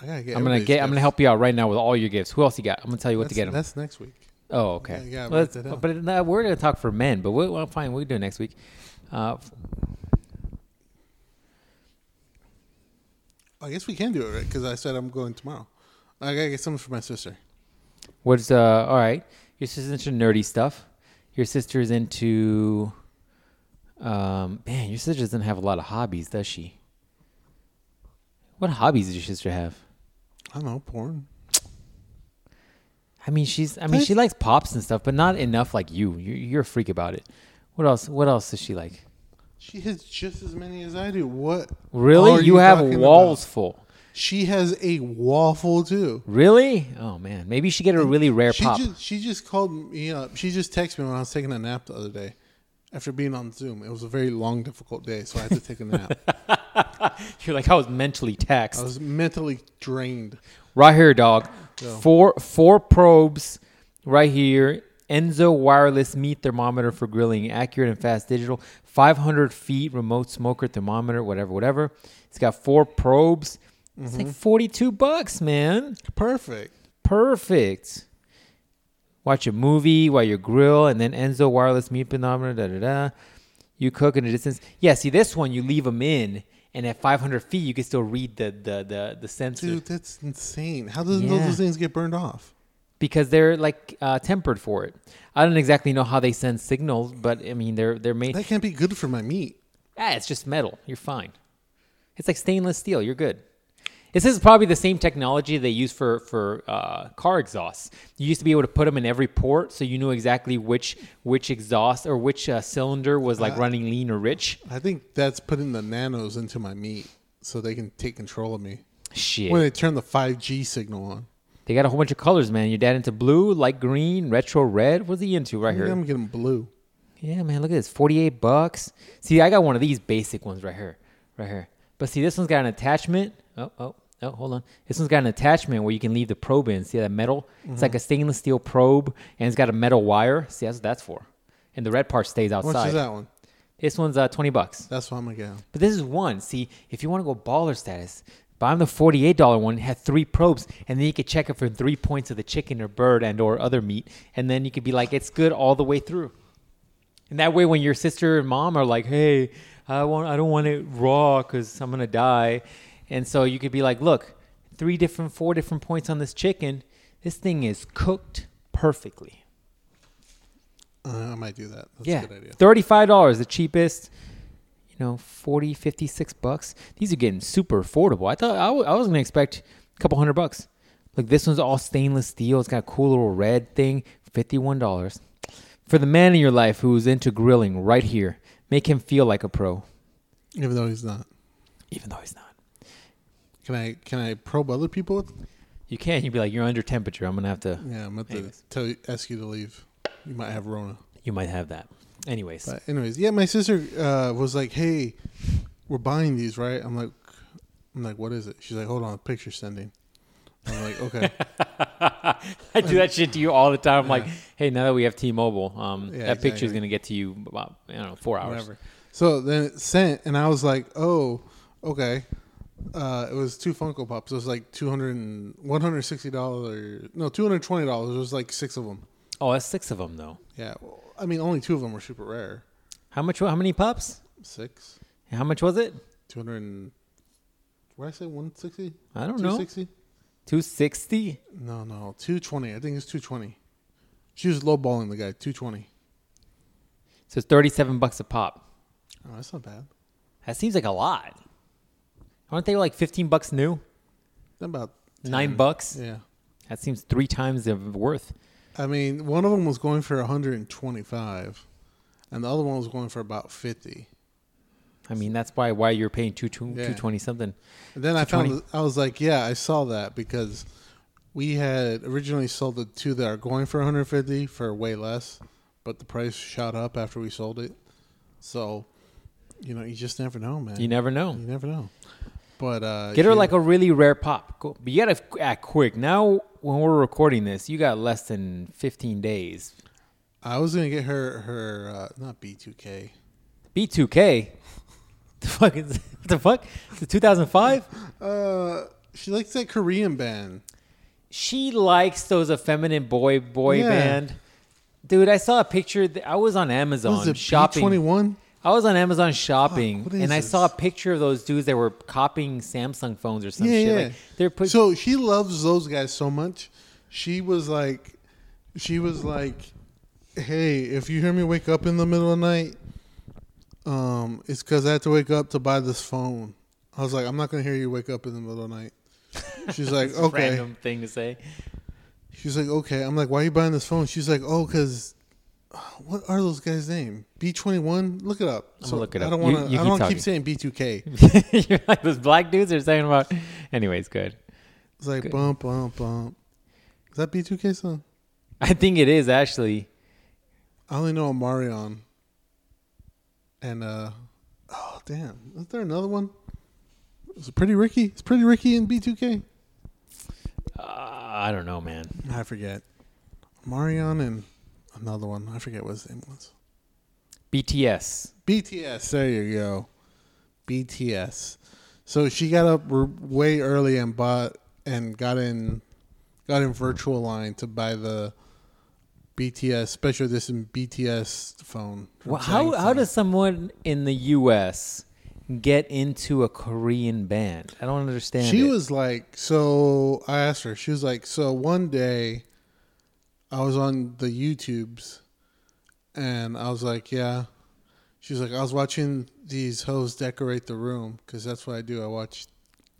Speaker 2: I gotta get.
Speaker 1: I'm gonna
Speaker 2: everybody's
Speaker 1: get. I'm gonna
Speaker 2: gifts.
Speaker 1: help you out right now with all your gifts. Who else you got? I'm gonna tell you what
Speaker 2: that's,
Speaker 1: to get them.
Speaker 2: That's next week.
Speaker 1: Oh, okay.
Speaker 2: yeah,
Speaker 1: well,
Speaker 2: write
Speaker 1: that's-
Speaker 2: that down.
Speaker 1: but it- no, we're gonna talk for men. But we'll, well fine. We'll do it next week. Uh, f-
Speaker 2: Oh, I guess we can do it right because I said I'm going tomorrow. I gotta get something for my sister.
Speaker 1: what's uh? All right. Your sister's into nerdy stuff. Your sister's into. Um, man, your sister doesn't have a lot of hobbies, does she? What hobbies does your sister have?
Speaker 2: I don't know porn.
Speaker 1: I mean, she's. I mean, she likes pops and stuff, but not enough like you. You're, you're a freak about it. What else? What else does she like?
Speaker 2: She has just as many as I do. What?
Speaker 1: Really?
Speaker 2: are
Speaker 1: You, have
Speaker 2: talking
Speaker 1: walls
Speaker 2: about?
Speaker 1: full.
Speaker 2: She has a waffle too.
Speaker 1: Really? Oh man, maybe she get a really rare
Speaker 2: She
Speaker 1: pop.
Speaker 2: just she just called me up. She just texted me when I was taking a nap the other day. After being on Zoom, it was a very long, difficult day, so I had to take a nap.
Speaker 1: You're like I was mentally taxed.
Speaker 2: I was mentally drained.
Speaker 1: right here, dog.
Speaker 2: Go.
Speaker 1: Four four probes right here. Enzo wireless meat thermometer for grilling, accurate and fast digital. 500 feet remote smoker thermometer, whatever, whatever. It's got four probes. It's like 42 bucks, man.
Speaker 2: Perfect.
Speaker 1: Perfect. Watch a movie while you grill, and then Enzo wireless meat thermometer. Da da da. You cook in a distance. Yeah, see this one, you leave them in, and at 500 feet, you can still read the the the, the sensor
Speaker 2: Dude, that's insane. How does
Speaker 1: Yeah.
Speaker 2: those things get burned off?
Speaker 1: because they're like uh, tempered for it. I don't exactly know how they send signals, but I mean they're they're made.
Speaker 2: That can't be good for my meat.
Speaker 1: ah, it's just metal. You're fine. It's like stainless steel. You're good. This is probably the same technology they use for for uh, car exhausts. You used to be able to put them in every port, so you knew exactly which which exhaust or which uh, cylinder was like
Speaker 2: Uh,
Speaker 1: running lean or rich.
Speaker 2: I think that's putting the nanos into my meat so they can take control of me.
Speaker 1: Shit,
Speaker 2: When they turn the 5G signal on,
Speaker 1: they got a whole bunch of colors, man. Your dad into blue, light green, retro red. What's he into
Speaker 2: I
Speaker 1: right
Speaker 2: think
Speaker 1: here?
Speaker 2: I'm getting blue.
Speaker 1: Yeah, man, look at this. 48 bucks. See, I got one of these basic ones right here. Right here. But see, this one's got an attachment. Oh, oh, oh, hold on. This one's got an attachment where you can leave the probe in. See that metal? It's
Speaker 2: Mm-hmm.
Speaker 1: like a stainless steel probe and it's got a metal wire. See, that's what that's for. And the red part stays
Speaker 2: How much
Speaker 1: outside.
Speaker 2: is that one?
Speaker 1: This one's uh, 20 bucks.
Speaker 2: That's what I'm going to get.
Speaker 1: But this is one. See, if you want to go baller status, buy him the forty-eight dollar one. It had three probes, and then you could check it for three points of the chicken or bird and or other meat, and then you could be like, it's good all the way through. And that way, when your sister and mom are like, hey, I want, I don't want it raw because I'm gonna die, and so you could be like, look, three different, four different points on this chicken. This thing is cooked perfectly.
Speaker 2: Uh, I might do that. That's
Speaker 1: yeah,
Speaker 2: a good idea.
Speaker 1: thirty-five dollars, the cheapest. You know, 40, 56 bucks. These are getting super affordable. I thought I wa- I was gonna expect a couple hundred bucks. Look, this one's all stainless steel. It's got a cool little red thing. Fifty-one dollars for the man in your life who's into grilling. Right here, make him feel like a pro,
Speaker 2: Even though he's not.
Speaker 1: even though he's not.
Speaker 2: Can I can I probe other people? With?
Speaker 1: You can. You'd be like, you're under temperature. I'm gonna have to.
Speaker 2: Yeah, I'm going to
Speaker 1: Anyways.
Speaker 2: tell you, ask you to leave. You might have Rona.
Speaker 1: You might have that. Anyways,
Speaker 2: But anyways, yeah, my sister uh, was like, "Hey, we're buying these, right?" I'm like, "I'm like, what is it?" She's like, "Hold on, picture sending." I'm like, "Okay."
Speaker 1: I do that shit to you all the time. I'm like, hey, now that we have T-Mobile, um,
Speaker 2: Yeah,
Speaker 1: that picture's
Speaker 2: exactly.
Speaker 1: gonna get to you about I don't know four hours.
Speaker 2: Whatever. So then it sent, and I was like, oh, okay. Uh, it was two Funko Pops. It was like 200 and, $160. No, $220. It was like six of them.
Speaker 1: Oh, that's six of them though.
Speaker 2: Yeah. well, I mean, only two of them were super rare.
Speaker 1: How much? How many pups?
Speaker 2: Six?
Speaker 1: And How much was it?
Speaker 2: 200 and, what did I say? 160?
Speaker 1: I don't know.
Speaker 2: 260?
Speaker 1: Two sixty.
Speaker 2: No, no. 220. I think it's 220. She was lowballing the guy. 220.
Speaker 1: So it's thirty-seven bucks a pop.
Speaker 2: Oh, that's not bad.
Speaker 1: That seems like a lot. Aren't they like 15 bucks new?
Speaker 2: About
Speaker 1: Nine
Speaker 2: 10.
Speaker 1: bucks?
Speaker 2: Yeah.
Speaker 1: That seems three times their worth.
Speaker 2: I mean, one of them was going for 125, and the other one was going for about 50.
Speaker 1: I mean, that's why why you're paying two, two,
Speaker 2: Yeah.
Speaker 1: 220 something.
Speaker 2: And then I found
Speaker 1: 220.
Speaker 2: I was like, yeah, I saw that because we had originally sold the two that are going for 150 for way less, but the price shot up after we sold it. So, you know, you just never know, man.
Speaker 1: You never know.
Speaker 2: You never know. But uh,
Speaker 1: Get her
Speaker 2: she-
Speaker 1: like a really rare pop. Go- But you gotta act quick. Now, when we're recording this, you got less than 15 days.
Speaker 2: I was gonna get her her uh, not B2K.
Speaker 1: B2K. The fuck is what the fuck? The 2005.
Speaker 2: Uh, she likes that Korean band.
Speaker 1: She likes those effeminate boy boy
Speaker 2: Yeah.
Speaker 1: band. Dude, I saw a picture. That, I was on Amazon
Speaker 2: Was it
Speaker 1: shopping.
Speaker 2: B21?
Speaker 1: I was on Amazon shopping,
Speaker 2: what is
Speaker 1: and I saw a
Speaker 2: this?
Speaker 1: picture of those dudes that were copying Samsung phones or some
Speaker 2: Yeah,
Speaker 1: shit.
Speaker 2: yeah.
Speaker 1: Like they're put-
Speaker 2: so she loves those guys so much. She was like, she was like, hey, if you hear me wake up in the middle of the night, um, it's because I had to wake up to buy this phone. I was like, I'm not gonna hear you wake up in the middle of the night. She's like, okay.
Speaker 1: random thing to say.
Speaker 2: She's like, okay. I'm like, why are you buying this phone? She's like, oh, because what are those guys' name? B21. Look it up.
Speaker 1: I'm gonna look it
Speaker 2: I
Speaker 1: up.
Speaker 2: don't
Speaker 1: You-
Speaker 2: want to.
Speaker 1: you
Speaker 2: I
Speaker 1: keep
Speaker 2: don't wanna
Speaker 1: talking.
Speaker 2: keep saying B2K.
Speaker 1: You're like those black dudes are talking about. Anyways, good.
Speaker 2: It's like
Speaker 1: Good.
Speaker 2: bump, bump, bump. Is that B2K song?
Speaker 1: I think it is actually.
Speaker 2: I only know Omarion. And uh, oh damn, is there another one? Is it Pretty Ricky? It's Pretty Ricky in B2K.
Speaker 1: Uh, I don't know, man.
Speaker 2: I forget. Omarion and another one. I forget what his name was.
Speaker 1: BTS.
Speaker 2: BTS. There you go. BTS. So she got up r- way early and bought and got in, got in virtual line to buy the BTS special edition BTS phone. from
Speaker 1: Well, how
Speaker 2: Samsung.
Speaker 1: how does someone in the U.S. get into a Korean band? I don't understand.
Speaker 2: she
Speaker 1: it.
Speaker 2: was like, so I asked her. She was like, so one day, I was on the YouTubes, and I was like, yeah. She's like, I was watching these hoes decorate the room because that's what I do. I watch.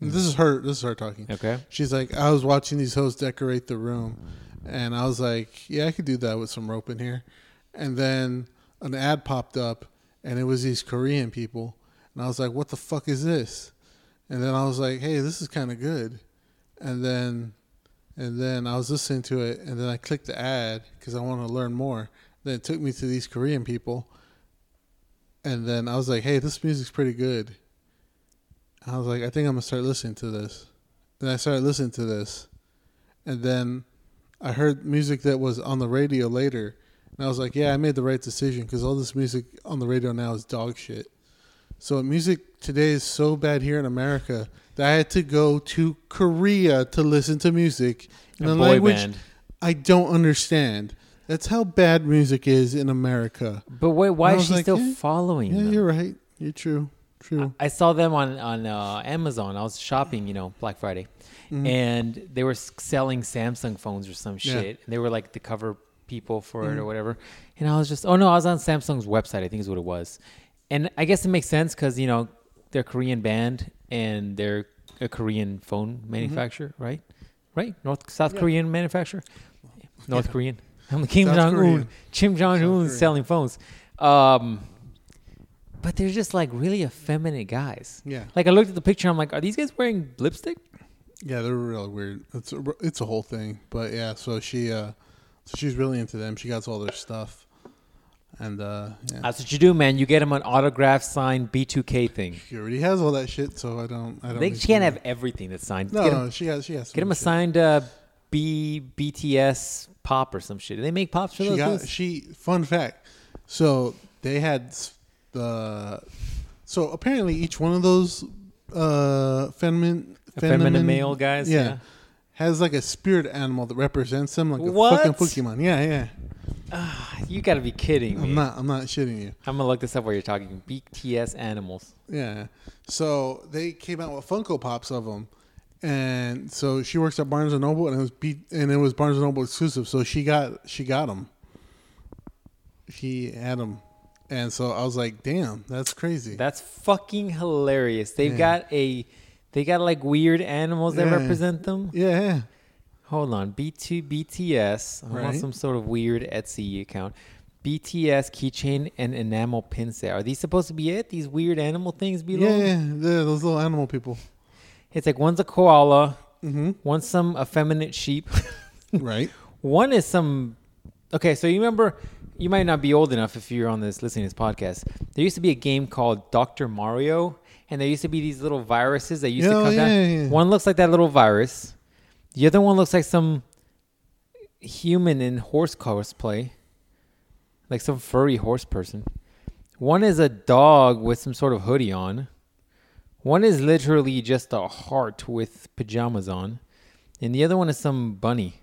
Speaker 2: This is her. This is her talking.
Speaker 1: okay.
Speaker 2: She's like, I was watching these hoes decorate the room, and I was like, yeah, I could do that with some rope in here. And then an ad popped up, and it was these Korean people, and I was like, what the fuck is this? And then I was like, hey, this is kind of good. And then, and then I was listening to it, and then I clicked the ad because I want to learn more. Then it took me to these Korean people, and then I was like, hey, this music's pretty good. I was like, I think I'm gonna start listening to this. Then I started listening to this, and then I heard music that was on the radio later, and I was like, yeah, I made the right decision because all this music on the radio now is dog shit. So music today is so bad here in America that I had to go to Korea to listen to music in
Speaker 1: A
Speaker 2: a
Speaker 1: boy
Speaker 2: language
Speaker 1: band.
Speaker 2: I don't understand. That's how bad music is in America.
Speaker 1: But wait, why
Speaker 2: And I
Speaker 1: is
Speaker 2: was
Speaker 1: she
Speaker 2: like,
Speaker 1: still
Speaker 2: yeah,
Speaker 1: following?
Speaker 2: Yeah,
Speaker 1: them?
Speaker 2: you're right. You're true. True.
Speaker 1: I saw them on on uh, Amazon. I was shopping, you know, Black Friday, and they were s- selling Samsung phones or some
Speaker 2: Mm-hmm. Yeah. Mm-hmm.
Speaker 1: shit. And they were like the cover people for it or whatever. And I was just, oh no, I was on Samsung's website. I think is what it was. And I guess it makes sense because you know they're a Korean band and they're a Korean phone
Speaker 2: Mm-hmm.
Speaker 1: manufacturer, right? Right, North South Korean manufacturer, North Korean. I'm Kim
Speaker 2: South
Speaker 1: Jong Un.
Speaker 2: Korean.
Speaker 1: Kim Jong Un
Speaker 2: Korean.
Speaker 1: selling phones. Um, but they're just like really effeminate guys.
Speaker 2: Yeah.
Speaker 1: Like I looked at the picture, I'm like, are these guys wearing lipstick?
Speaker 2: Yeah, they're real weird. It's a, it's a whole thing. But yeah, so she uh so she's really into them. She got all their stuff. And uh yeah.
Speaker 1: That's what you do, man. You get them an autograph signed B2K thing.
Speaker 2: she already has all that shit, so I don't I don't
Speaker 1: They
Speaker 2: need
Speaker 1: she can't
Speaker 2: to-
Speaker 1: have everything that's signed.
Speaker 2: No,
Speaker 1: get
Speaker 2: no,
Speaker 1: them,
Speaker 2: she has she has some
Speaker 1: get 'em a
Speaker 2: shit.
Speaker 1: signed uh, B BTS pop or some shit. Do they make pops for
Speaker 2: She
Speaker 1: those?
Speaker 2: got
Speaker 1: dudes?
Speaker 2: she fun fact. So they had s- the so apparently each one of those uh feminine
Speaker 1: Effeminate male guys, yeah.
Speaker 2: Has like a spirit animal that represents them, like a
Speaker 1: What?
Speaker 2: fucking Pokemon. Yeah, yeah.
Speaker 1: Ah, you got to be kidding me.
Speaker 2: I'm not. I'm not shitting you.
Speaker 1: I'm gonna look this up while you're talking. BTS animals.
Speaker 2: Yeah. So they came out with Funko Pops of them, and so she works at Barnes and Noble, and it was B, and it was Barnes and Noble exclusive. So she got she got them. She had them, and so I was like, "Damn, that's crazy."
Speaker 1: That's fucking hilarious. They've
Speaker 2: Yeah.
Speaker 1: got a They got like weird animals that
Speaker 2: Yeah.
Speaker 1: represent them.
Speaker 2: Yeah, yeah.
Speaker 1: Hold on, B2 BTS. I want
Speaker 2: Right.
Speaker 1: some sort of weird Etsy account. BTS keychain and enamel pin set. Are these supposed to be it? These weird animal things
Speaker 2: Yeah,
Speaker 1: below?
Speaker 2: yeah, yeah, those little animal people.
Speaker 1: It's like one's a koala,
Speaker 2: Mm-hmm.
Speaker 1: one's some effeminate sheep,
Speaker 2: right.
Speaker 1: one is some. Okay, so you remember, you might not be old enough if you're on this listening to this podcast. There used to be a game called Doctor Mario, and there used to be these little viruses that used to
Speaker 2: Yeah,
Speaker 1: come down.
Speaker 2: yeah, yeah.
Speaker 1: One looks like that little virus. The other one looks like some human in horse cosplay, like some furry horse person. One is a dog with some sort of hoodie on. One is literally just a heart with pajamas on, and the other one is some bunny.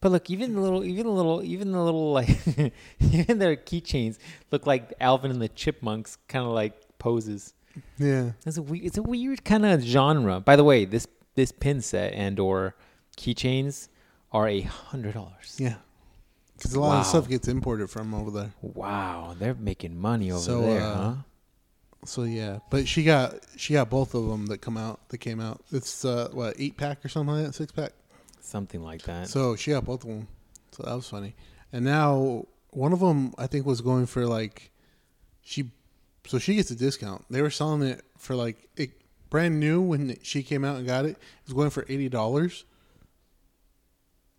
Speaker 1: But look, even the little, even the little, even the little like, even their keychains look like Alvin and the Chipmunks kind of like poses.
Speaker 2: Yeah.
Speaker 1: It's a, we- it's a weird kind of genre. By the way, this this pin set and or keychains are a hundred dollars.
Speaker 2: Yeah. Because a lot of
Speaker 1: Wow.
Speaker 2: stuff gets imported from over there.
Speaker 1: Wow, they're making money over
Speaker 2: So,
Speaker 1: there,
Speaker 2: uh,
Speaker 1: huh?
Speaker 2: So yeah, but she got she got both of them that come out that came out. It's uh what eight pack or something like that, six pack.
Speaker 1: Something like that.
Speaker 2: So she got both of them. So that was funny. And now one of them I think was going for like she so she gets a discount. They were selling it for like it brand new when she came out and got it. It was going for $80.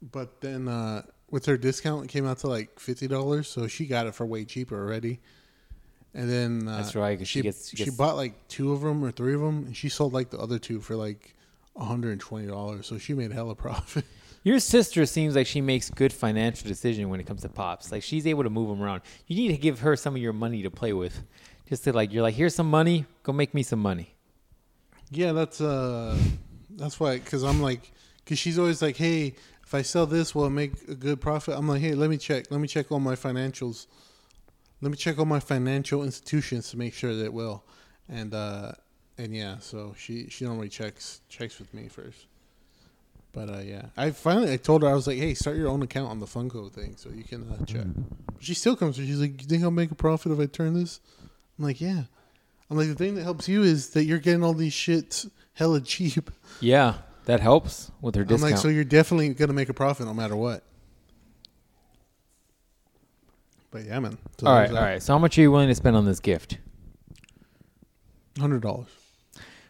Speaker 2: But then uh with her discount it came out to like $50, so she got it for way cheaper already. And then uh,
Speaker 1: That's right, 'cause she gets- she
Speaker 2: she
Speaker 1: gets-
Speaker 2: bought like two of them or three of them, and she sold like the other two for like hundred and twenty dollars. So she made hella profit.
Speaker 1: Your sister seems like she makes good financial decision when it comes to pops. Like she's able to move them around. You need to give her some of your money to play with, just to like you're like here's some money, go make me some money.
Speaker 2: Yeah, that's uh, that's why. Cause I'm like, cause she's always like, hey, if I sell this, will it make a good profit? I'm like, hey, let me check. Let me check all my financials. Let me check all my financial institutions to make sure that it will. And uh, and yeah, so she she normally checks checks with me first. But uh, yeah, I finally I told her I was like, hey, start your own account on the Funko thing so you can uh, check. She still comes and she's like, you think I'll make a profit if I turn this? I'm like, yeah. I'm like, the thing that helps you is that you're getting all these shits hella cheap.
Speaker 1: Yeah, that helps with her
Speaker 2: I'm
Speaker 1: discount.
Speaker 2: like, so you're definitely gonna make a profit no matter what. But yeah, man. So
Speaker 1: all right,
Speaker 2: there's
Speaker 1: all
Speaker 2: that.
Speaker 1: right. So how much are you willing to spend on this gift?
Speaker 2: Hundred dollars.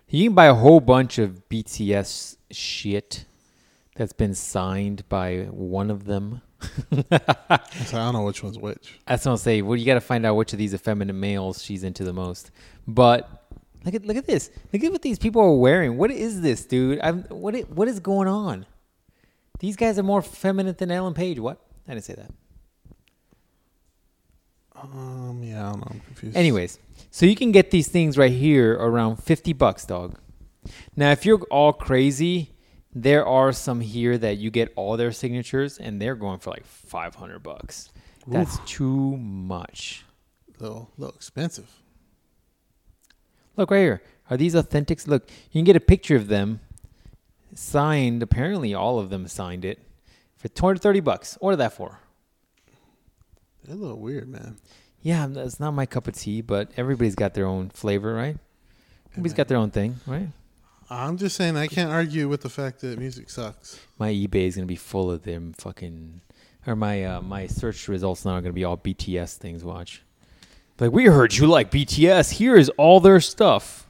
Speaker 1: You can buy a whole bunch of BTS shit that's been signed by one of them. That's
Speaker 2: So I don't know which one's which.
Speaker 1: what I'll say. Well, you got to find out which of these effeminate males she's into the most. But look at look at this. Look at what these people are wearing. What is this, dude? I'm, what i- what is going on? These guys are more feminine than Ellen Page. What? I didn't say that.
Speaker 2: Um, yeah, I don't know. I'm confused.
Speaker 1: Anyways, so you can get these things right here around 50 bucks, dog. Now, if you're all crazy, there are some here that you get all their signatures and they're going for like 500 bucks. That's too much.
Speaker 2: little, little expensive.
Speaker 1: Look right here. Are these authentics? Look, you can get a picture of them signed. Apparently, all of them signed it for 230 bucks. Order that for.
Speaker 2: They're a little weird, man.
Speaker 1: Yeah, it's not my cup of tea, but everybody's got their own flavor, right? Everybody's got their own thing, right?
Speaker 2: I'm just saying I can't argue with the fact that music sucks.
Speaker 1: my eBay is gonna be full of them fucking, or my uh, my search results now are gonna be all BTS things. Watch, like we heard you like BTS. Here is all their stuff.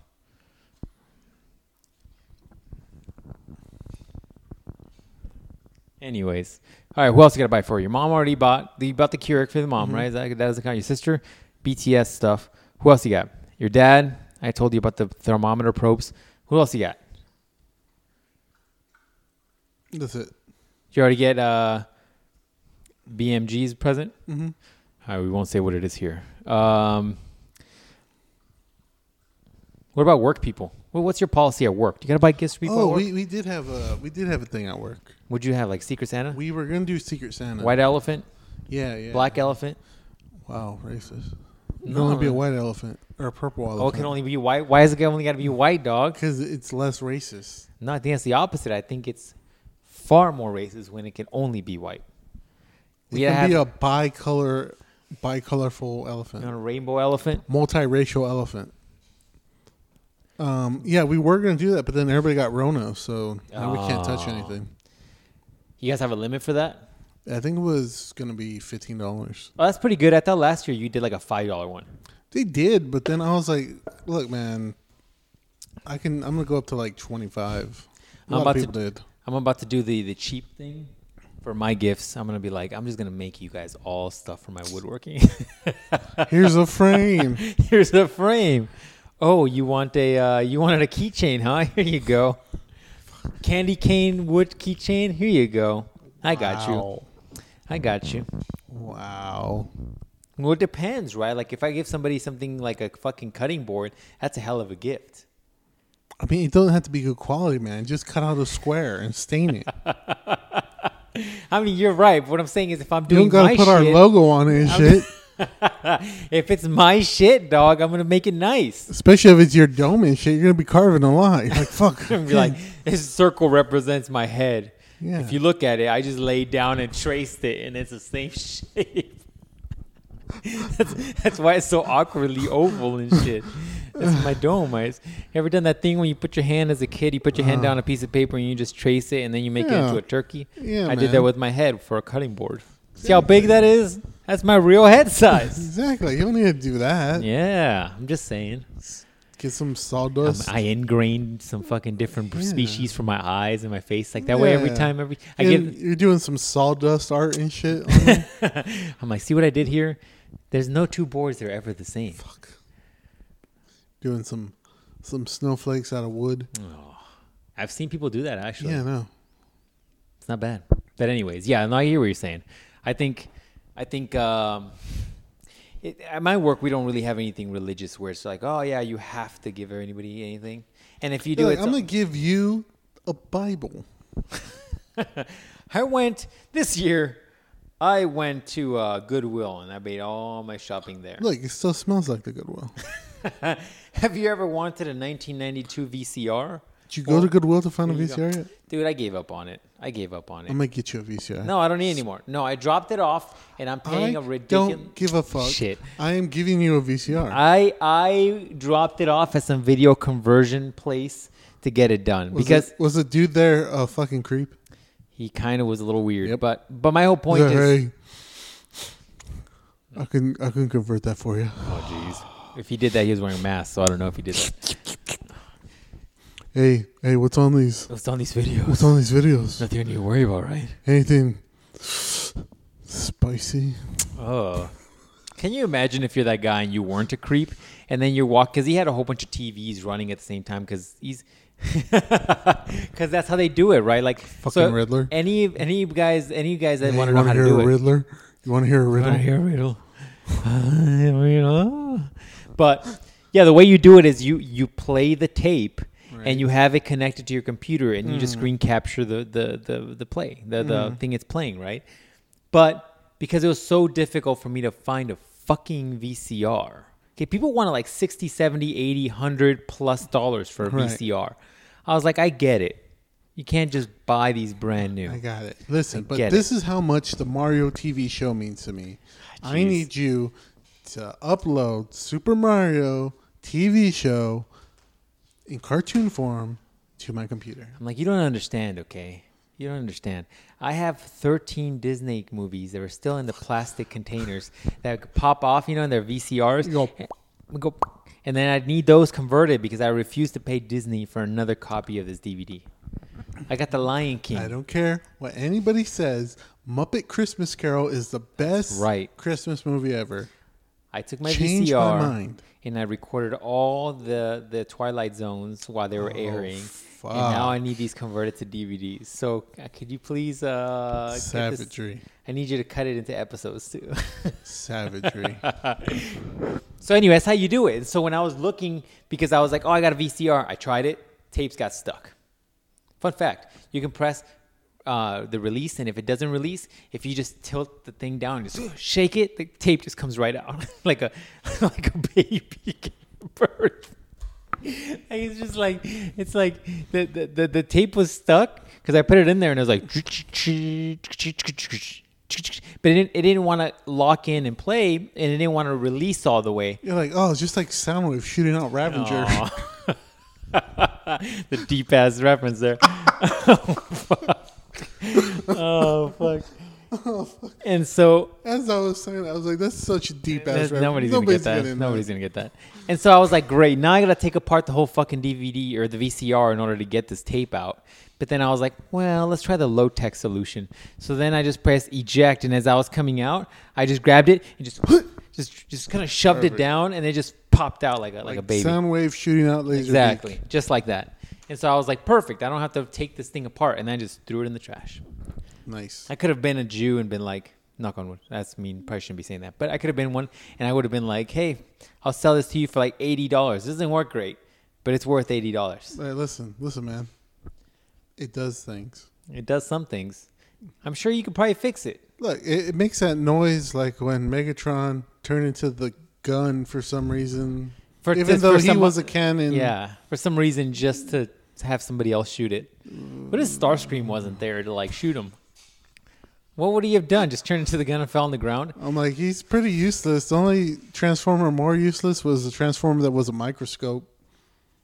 Speaker 1: Anyways, all right. Who else you gotta buy for your mom? Already bought the bought the Keurig for the mom, right? Is that that doesn't count. Your sister, BTS stuff. Who else you got? Your dad. I told you about the thermometer probes. Who else you got?
Speaker 2: That's it.
Speaker 1: Did you already get uh, BMG's present?
Speaker 2: Mm-hmm.
Speaker 1: All right, we won't say what it is here. Um, what about work people? Well, what's your policy at work? Do you got to buy gifts for people? at
Speaker 2: Oh,
Speaker 1: work?
Speaker 2: we, we did have a we did have a thing at work.
Speaker 1: Would you have like Secret Santa,
Speaker 2: We were gonna do Secret Santa.
Speaker 1: White Elephant,
Speaker 2: Yeah, yeah.
Speaker 1: Black Elephant?
Speaker 2: Wow, racist. It can
Speaker 1: No,
Speaker 2: only be a
Speaker 1: man.
Speaker 2: white elephant or a purple elephant.
Speaker 1: Oh, it can only be white. Why is it only got to be white, dog?
Speaker 2: because it's less racist.
Speaker 1: No, I think it's the opposite. I think it's far more racist when it can only be white.
Speaker 2: It
Speaker 1: We
Speaker 2: can
Speaker 1: have
Speaker 2: be a bicolor, bicolorful
Speaker 1: you want
Speaker 2: elephant,
Speaker 1: a rainbow elephant.
Speaker 2: multiracial elephant. Um, yeah, we were gonna do that, but then everybody got Rona, so now we can't touch
Speaker 1: Ah.
Speaker 2: anything.
Speaker 1: You guys have a limit for that?
Speaker 2: I think it was gonna be fifteen dollars.
Speaker 1: Oh, that's pretty good. I thought last year you did like a five dollar one.
Speaker 2: They did, but then I was like, "Look, man, I can. I'm gonna go up to like 25."
Speaker 1: I'm
Speaker 2: A lot
Speaker 1: about
Speaker 2: of
Speaker 1: to-
Speaker 2: people did.
Speaker 1: I'm about to do the the cheap thing for my gifts. I'm gonna be like, I'm just gonna make you guys all stuff for my woodworking.
Speaker 2: Here's a frame.
Speaker 1: Here's a frame. Oh, you want a uh, you wanted a keychain, huh? Here you go. Candy cane wood keychain. Here you go. I got you. I got you.
Speaker 2: Wow.
Speaker 1: Well, it depends, right? Like if I give somebody something like a fucking cutting board, that's a hell of a gift.
Speaker 2: I mean, it doesn't have to be good quality, man. Just cut out a square and stain it.
Speaker 1: I mean, you're right. But what I'm saying is, if I'm
Speaker 2: you
Speaker 1: doing
Speaker 2: don't gotta
Speaker 1: my
Speaker 2: put our
Speaker 1: shit-
Speaker 2: logo on it and shit.
Speaker 1: if it's my shit, dog, I'm gonna make it nice.
Speaker 2: Especially if it's your dome and shit, you're gonna be carving a lot. You're like, fuck.
Speaker 1: I'm gonna be like, this circle represents my head.
Speaker 2: Yeah.
Speaker 1: If you look at it, I just laid down and traced it, and it's the same shape. that's, that's why it's so awkwardly oval and shit. That's my dome. I, you ever done that thing when you put your hand as a kid, you put your hand down on a piece of paper and you just trace it, and then you make it
Speaker 2: Uh-huh. Yeah.
Speaker 1: into a turkey?
Speaker 2: Yeah,
Speaker 1: I did that
Speaker 2: man.
Speaker 1: with my head for a cutting board. See how big that is? That's my real head size.
Speaker 2: exactly. You don't need to do that.
Speaker 1: yeah, I'm just saying.
Speaker 2: Get some
Speaker 1: Um,
Speaker 2: sawdust.
Speaker 1: I ingrained some fucking different
Speaker 2: Yeah.
Speaker 1: species for my eyes and my face. Like that way, every
Speaker 2: Yeah.
Speaker 1: time, every I
Speaker 2: And
Speaker 1: get,
Speaker 2: you're doing some sawdust art and shit. on it.
Speaker 1: I'm like, see what I did here? There's no two boards that are ever the same.
Speaker 2: Fuck. Doing some some snowflakes out of wood.
Speaker 1: Mm. I've seen people do that actually.
Speaker 2: Yeah, no.
Speaker 1: It's not bad. But anyways, yeah, no, I hear what you're saying. I think, I think, um, it, at my work we don't really have anything religious where it's like, oh yeah, you have to give anybody anything, and if you do,
Speaker 2: They're like,
Speaker 1: it's
Speaker 2: I'm gonna give you a Bible.
Speaker 1: I went this year. I went to uh, Goodwill and I made all my shopping there.
Speaker 2: Look, it still smells like the Goodwill.
Speaker 1: Have you ever wanted a 1992 VCR?
Speaker 2: Did you go to Goodwill to find a VCR yet?
Speaker 1: Dude, I gave up on it. I gave up on it.
Speaker 2: I'm gonna get you a VCR.
Speaker 1: no, I don't need anymore. No, I dropped it off and I'm
Speaker 2: I
Speaker 1: paying a ridiculous
Speaker 2: don't give a fuck.
Speaker 1: Shit.
Speaker 2: I am giving you a VCR.
Speaker 1: I I dropped it off at some video conversion place to get it done
Speaker 2: was
Speaker 1: because
Speaker 2: it, was the dude there a fucking creep?
Speaker 1: he kind of was a little weird.
Speaker 2: Yep.
Speaker 1: But but my whole
Speaker 2: He's
Speaker 1: point
Speaker 2: like,
Speaker 1: is
Speaker 2: "Hey, I can I can convert that for you.
Speaker 1: Oh jeez. If he did that, he was wearing a mask, so I don't know if he did that.
Speaker 2: Hey, hey, what's on these?
Speaker 1: What's on these videos?
Speaker 2: What's on these videos?
Speaker 1: Nothing I need to worry about, right?
Speaker 2: Anything spicy?
Speaker 1: Oh. Can you imagine if you're that guy and you weren't a creep and then you walk cuz he had a whole bunch of TVs running at the same time cuz he's cuz that's how they do it, right? Like
Speaker 2: Fucking Riddler.
Speaker 1: Any any guys any guys that
Speaker 2: Hey,
Speaker 1: want to know
Speaker 2: you wanna
Speaker 1: how to
Speaker 2: hear
Speaker 1: do
Speaker 2: a
Speaker 1: it.
Speaker 2: Riddler? You want to hear a
Speaker 1: You wanna
Speaker 2: riddle?
Speaker 1: hear a riddle? Riddle. But yeah, the way you do it is you you play the tape
Speaker 2: Right. Mm.
Speaker 1: and you have it connected to your computer and you just screen capture the the the, the play the the thing it's playing right. But because it was so difficult for me to find a fucking VCR. Okay, people want to like 60, 70, 80, 100 plus dollars for a
Speaker 2: Right.
Speaker 1: VCR. I was like, I get it. You can't just buy these brand new.
Speaker 2: I got it. Listen, but
Speaker 1: get
Speaker 2: this is how much the Mario TV show means to me. I
Speaker 1: Ah, Jeez.
Speaker 2: need you to upload Super Mario TV show in cartoon form to my computer.
Speaker 1: I'm like, you don't understand, okay? You don't understand. I have 13 Disney movies that are still in the plastic containers that pop off, you know, in their VCRs.
Speaker 2: You go,
Speaker 1: And we go, and then I need those converted because I refuse to pay Disney for another copy of this DVD. I got The Lion
Speaker 2: I
Speaker 1: King.
Speaker 2: don't care what anybody says. Muppet Christmas Carol is the best
Speaker 1: Right.
Speaker 2: Christmas movie ever.
Speaker 1: I, took my
Speaker 2: Change my
Speaker 1: VCR
Speaker 2: mind.
Speaker 1: and I recorded all the the Twilight Zones while they were
Speaker 2: Oh,
Speaker 1: airing. And now I need these converted to DVDs. So uh, could you please uh, get this-
Speaker 2: Savagery.
Speaker 1: I need you to cut it into episodes too.
Speaker 2: Savagery.
Speaker 1: so anyway, that's how you do it. And so when I was looking, because I was like, oh, I got a VCR. I tried it. Tapes got stuck. Fun fact: you can press uh, the release, and if it doesn't release, if you just tilt the thing down and just shake it, the tape just comes right out like a like a baby giving birth. And it's just like it's like the the, the, the tape was stuck because I put it in there and it was like, but it didn't, it didn't want to lock in and play, and it didn't want to release all the way.
Speaker 2: You're like, oh, it's just like Soundwave shooting out Ravager.
Speaker 1: Aw. the deep ass reference there. oh, fuck. oh fuck. And so
Speaker 2: As I was saying, I was like, "That's such a deep ass."
Speaker 1: That's- nobody's, gonna get that. Nobody's gonna get that. And so I was like, great. Now I gotta take apart the whole fucking DVD or the VCR in order to get this tape out. But then I was like, well, let's try the low tech solution. So then I just pressed eject, and as I was coming out, I just grabbed it and just just just kind of shoved
Speaker 2: Perfect.
Speaker 1: it down, and it just popped out like a like, a baby.
Speaker 2: Sound wave shooting out laser.
Speaker 1: Exactly,
Speaker 2: beak.
Speaker 1: just like that. And so I was like, perfect. I don't have to take this thing apart. And I just threw it in the trash.
Speaker 2: Nice.
Speaker 1: I could have been a Jew and been like, knock on wood. That's mean. Probably shouldn't be saying that. But I could have been one, and I would have been like, hey, I'll sell this to you for like eighty dollars. This doesn't work great, but it's worth eighty dollars.
Speaker 2: Hey, listen, listen, man. It does things.
Speaker 1: It does some things. I'm sure you could probably fix it.
Speaker 2: Look, it, it makes that noise like when Megatron turned into the gun for some reason.
Speaker 1: For
Speaker 2: Even
Speaker 1: just
Speaker 2: though
Speaker 1: for
Speaker 2: he
Speaker 1: some-
Speaker 2: was a cannon.
Speaker 1: Yeah, for some reason, just to have somebody else shoot it. What if Starscream wasn't there to like shoot him? What would he have done? Just turned into the gun and fell on the ground?
Speaker 2: I'm like, he's pretty useless. The only transformer more useless was the transformer that was a microscope.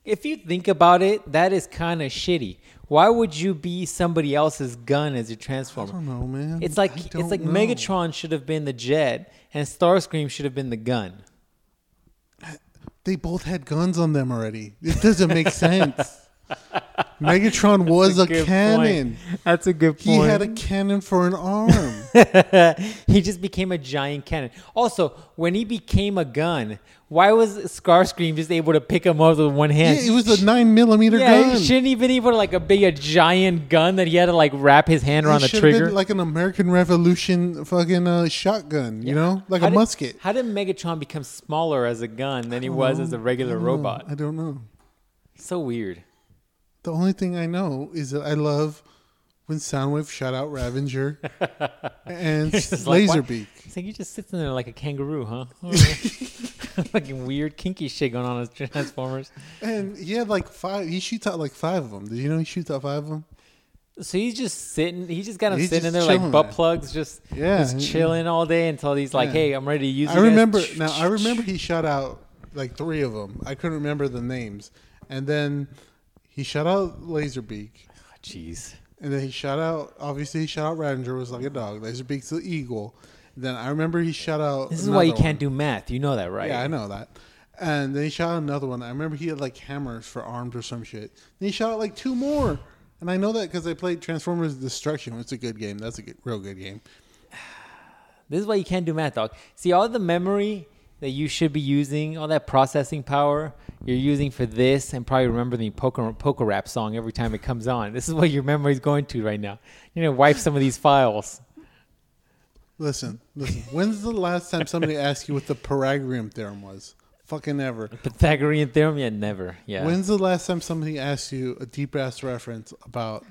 Speaker 1: If you think about it, that is kind of shitty. Why would you be somebody else's gun as your
Speaker 2: I
Speaker 1: transformer?
Speaker 2: don't know, man.
Speaker 1: It's
Speaker 2: I
Speaker 1: like it's
Speaker 2: don't
Speaker 1: like
Speaker 2: know.
Speaker 1: Megatron should have been the jet and Starscream should have been the gun.
Speaker 2: They both had guns on them already. It doesn't make sense. Megatron was a,
Speaker 1: Good
Speaker 2: cannon.
Speaker 1: point. That's a good
Speaker 2: He
Speaker 1: point.
Speaker 2: had a cannon for an arm.
Speaker 1: he just became a giant cannon. Also, when he became a gun, why was Starscream just able to pick him up with one
Speaker 2: yeah,
Speaker 1: hand?
Speaker 2: it was a nine millimeter
Speaker 1: yeah,
Speaker 2: gun.
Speaker 1: he shouldn't even be able to like a big a giant gun that he had to like wrap his hand around
Speaker 2: It
Speaker 1: the
Speaker 2: should've
Speaker 1: trigger.
Speaker 2: been like an American Revolution fucking uh, shotgun, you know, like
Speaker 1: How
Speaker 2: a
Speaker 1: did-
Speaker 2: musket.
Speaker 1: How did Megatron become smaller as a gun than he was as a regular
Speaker 2: I don't know.
Speaker 1: robot?
Speaker 2: I don't know.
Speaker 1: So weird.
Speaker 2: The only thing I know is that I love when Soundwave shot out Ravenger and
Speaker 1: just like, what?
Speaker 2: Laserbeak.
Speaker 1: It's like he just sits in there like a kangaroo, huh? All right. Fucking weird kinky shit going on with Transformers.
Speaker 2: and he had like five. He shoots out like five of them. Did you know he shoots out five of them?
Speaker 1: So he's just sitting. He's just got him
Speaker 2: He's
Speaker 1: sitting in
Speaker 2: just
Speaker 1: there like
Speaker 2: chilling
Speaker 1: butt
Speaker 2: there.
Speaker 1: plugs, just
Speaker 2: Yeah,
Speaker 1: just
Speaker 2: he-
Speaker 1: chilling all day until he's like,
Speaker 2: Yeah.
Speaker 1: "Hey, I'm ready to use."
Speaker 2: I
Speaker 1: you guys."
Speaker 2: remember now. I remember he shot out like three of them. I couldn't remember the names, and then he shot out Laserbeak,
Speaker 1: Ah, Jeez.
Speaker 2: and then he shot out. Obviously, he shot out Ravenger was like a dog. Laserbeak's the eagle. Then I remember he shot out.
Speaker 1: This is why you
Speaker 2: another
Speaker 1: can't do math. You know that, right?
Speaker 2: Yeah, I know that. And then he shot out another one. I remember he had like hammers for arms or some shit. Then he shot out like two more. And I know that because I played Transformers Destruction. It's a good game. That's a good, real good game.
Speaker 1: This is why you can't do math, dog. See, all the memory that you should be using, all that processing power you're using for this, and probably remember the poker, poker rap song every time it comes on. This is what your memory's going to right now. You're going to wipe some of these files.
Speaker 2: Listen, listen. When's the last time somebody asked you what the Pythagorean theorem was? Fucking ever.
Speaker 1: Pythagorean theorem? Yeah, never. Yeah.
Speaker 2: When's the last time somebody asked you a deep ass reference about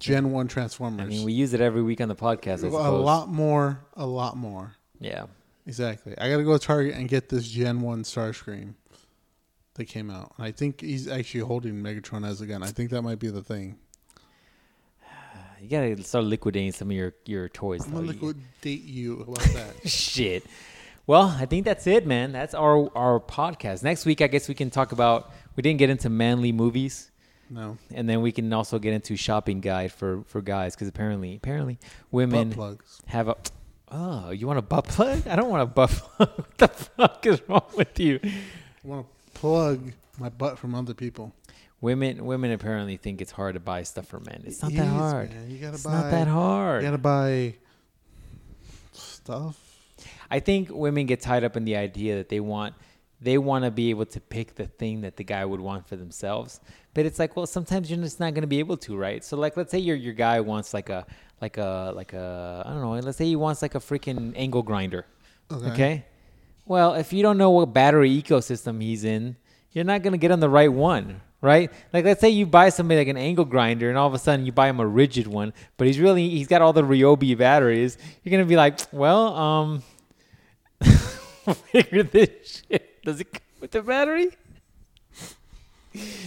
Speaker 2: Gen One Transformers?
Speaker 1: I mean, we use it every week on the podcast, I
Speaker 2: a
Speaker 1: suppose.
Speaker 2: lot more. A lot more.
Speaker 1: Yeah.
Speaker 2: Exactly. I gotta go to Target and get this Gen One Starscream that came out. And I think he's actually holding Megatron as a gun. I think that might be the thing.
Speaker 1: You got to start liquidating some of your, your toys.
Speaker 2: I'm gonna
Speaker 1: dog. You-
Speaker 2: liquidate you about that.
Speaker 1: Shit. Well, I think that's it, man. That's our, our podcast. Next week, I guess we can talk about. We didn't get into manly movies.
Speaker 2: No.
Speaker 1: and then we can also get into shopping guide for for guys because apparently apparently women
Speaker 2: Butt plugs.
Speaker 1: have a oh you want a butt plug i don't want a butt plug what the fuck is wrong with you
Speaker 2: I wanna plug my butt from other people.
Speaker 1: women women apparently think it's hard to buy stuff for men it's not
Speaker 2: It
Speaker 1: that
Speaker 2: is,
Speaker 1: hard
Speaker 2: man. You gotta
Speaker 1: it's
Speaker 2: buy
Speaker 1: not that
Speaker 2: You
Speaker 1: hard
Speaker 2: gotta buy stuff.
Speaker 1: i think women get tied up in the idea that they want they want to be able to pick the thing that the guy would want for themselves but it's like well sometimes you're just not going to be able to right so like let's say your your guy wants like a like a like a i don't know let's say he wants like a freaking angle grinder okay, well if you don't know what battery ecosystem he's in you're not going to get on the right one right like let's say you buy somebody like an angle grinder and all of a sudden you buy him a rigid one but he's really he's got all the ryobi batteries you're going to be like well um figure this shit. Does it come with the battery?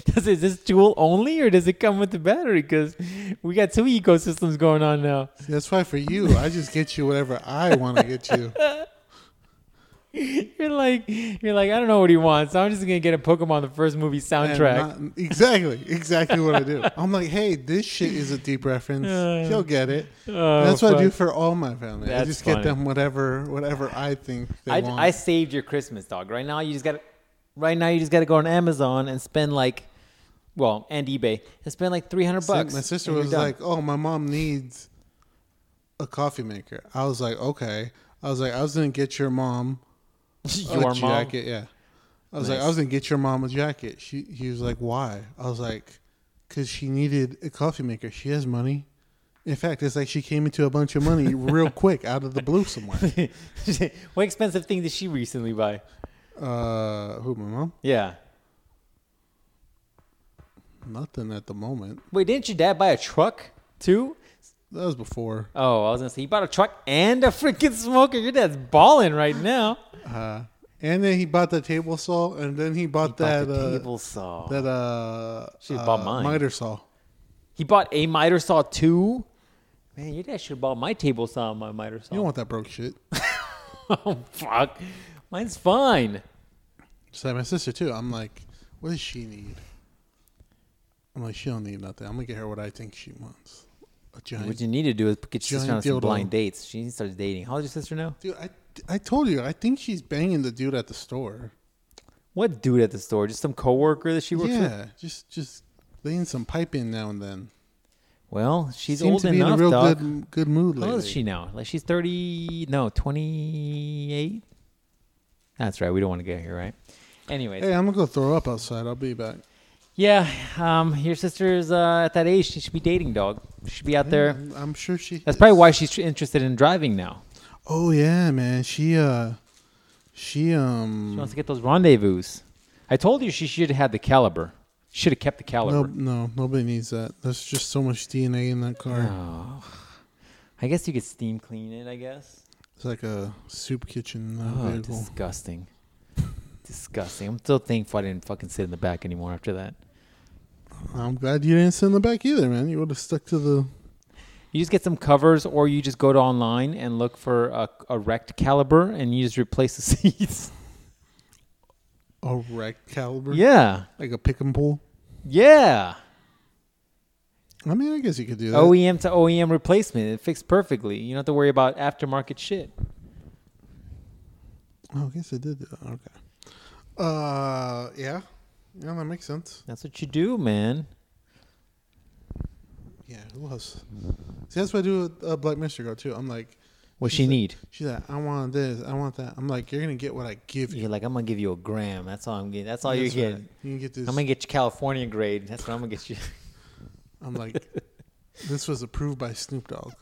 Speaker 1: Does it, is this dual only, or does it come with the battery? Because we got two ecosystems going on now.
Speaker 2: See, that's why for you, I just get you whatever I wanna get you.
Speaker 1: you're like you're like I don't know what he wants. So I'm just gonna get a Pokemon the first movie
Speaker 2: And
Speaker 1: soundtrack.
Speaker 2: not- exactly, exactly what I do. I'm like, hey, this shit is a deep reference.
Speaker 1: Uh,
Speaker 2: You'll get it.
Speaker 1: Oh,
Speaker 2: That's what I do
Speaker 1: fuck.
Speaker 2: for all my family. I
Speaker 1: That's
Speaker 2: just get
Speaker 1: funny.
Speaker 2: them whatever, whatever I think they
Speaker 1: I,
Speaker 2: want.
Speaker 1: I saved your Christmas, dog. Right now you just got to right now you just got to go on Amazon and spend like, well, and eBay and spend like 300
Speaker 2: So
Speaker 1: bucks.
Speaker 2: My sister
Speaker 1: and you're
Speaker 2: was
Speaker 1: done.
Speaker 2: like, "Oh, my mom needs a coffee maker." I was like, "Okay." I was like, "I was gonna get your mom a
Speaker 1: your mom.
Speaker 2: jacket." Yeah. I was like, "I
Speaker 1: Nice.
Speaker 2: was gonna get your mom a jacket." She he was like, "Why?" I was like, "Cause she needed a coffee maker. She has money." In fact, it's like she came into a bunch of money real quick out of the blue somewhere.
Speaker 1: what expensive thing did she recently buy?
Speaker 2: Uh, who my mom?
Speaker 1: Yeah.
Speaker 2: Nothing at the moment.
Speaker 1: Wait, didn't your dad buy a truck too?
Speaker 2: That was before.
Speaker 1: Oh, I was gonna say he bought a truck and a freaking smoker. Your dad's balling right now.
Speaker 2: Uh, and then he bought the table saw, and then he bought
Speaker 1: He
Speaker 2: that
Speaker 1: bought the
Speaker 2: uh,
Speaker 1: table saw.
Speaker 2: that uh,
Speaker 1: Should've
Speaker 2: uh,
Speaker 1: bought mine.
Speaker 2: miter saw.
Speaker 1: he bought a miter saw too. Man, your dad should have bought my table saw and my miter saw.
Speaker 2: You don't want that broke shit.
Speaker 1: oh fuck, mine's fine.
Speaker 2: Just like my sister too. I'm like, what does she need? I'm like, she don't need nothing. I'm gonna get her what I think she wants. A
Speaker 1: What
Speaker 2: giant.
Speaker 1: you need to do is get your sister on
Speaker 2: Giant
Speaker 1: some
Speaker 2: dildo.
Speaker 1: blind dates. She needs to start dating. How old is your sister now?
Speaker 2: Dude, I I told you. I think she's banging the dude at the store.
Speaker 1: What dude at the store? Just some coworker that she works with.
Speaker 2: Yeah, just just laying some pipe in now and then.
Speaker 1: Well, she's
Speaker 2: Seems
Speaker 1: old
Speaker 2: to be
Speaker 1: enough,
Speaker 2: in a real
Speaker 1: dog.
Speaker 2: good good mood
Speaker 1: How
Speaker 2: lately.
Speaker 1: old is she now? Like she's thirty? No, twenty-eight. That's right. We don't want to get here, right? Anyways,
Speaker 2: Hey, I'm gonna go throw up outside. I'll be back.
Speaker 1: yeah. Um, your sister's uh, at that age. She should be dating, dog. She should be out there.
Speaker 2: I'm, I'm sure she.
Speaker 1: That's probably why she's interested in driving now.
Speaker 2: Oh yeah, man. She uh, she um.
Speaker 1: She wants to get those rendezvous. I told you she should have had the caliber. Should have kept the
Speaker 2: No,
Speaker 1: caliber.
Speaker 2: no, nobody needs that. There's just so much DNA in that car.
Speaker 1: Oh. I guess you could steam clean it. I guess.
Speaker 2: It's like a soup kitchen uh,
Speaker 1: Oh,
Speaker 2: vehicle.
Speaker 1: disgusting. disgusting. I'm so thankful I didn't fucking sit in the back anymore after that.
Speaker 2: I'm glad you didn't sit in the back either, man. You would have stuck to the.
Speaker 1: You just get some covers, or you just go to online and look for a, a wrecked caliber, and you just replace the seats.
Speaker 2: A wreck caliber?
Speaker 1: yeah,
Speaker 2: Like a pick and pull?
Speaker 1: yeah.
Speaker 2: I mean, I guess you could do that.
Speaker 1: OEM to OEM replacement. It fits perfectly. You don't have to worry about aftermarket shit.
Speaker 2: Oh, I guess I did do that. Okay. Uh, yeah. Yeah, that makes sense.
Speaker 1: That's what you do, man.
Speaker 2: Yeah, who else? See, that's what I do with uh, Black Mystery Girl, too. I'm like,
Speaker 1: What
Speaker 2: She's
Speaker 1: she
Speaker 2: a-
Speaker 1: need?
Speaker 2: she's like, I want this, I want that. I'm like, you're going to get what I give you.
Speaker 1: You're like, I'm gonna give you a gram. That's all I'm getting. That's all
Speaker 2: That's
Speaker 1: you're
Speaker 2: right.
Speaker 1: getting.
Speaker 2: You can get this.
Speaker 1: I'm gonna get your California grade. That's what I'm gonna get you.
Speaker 2: I'm like, this was approved by Snoop Dogg.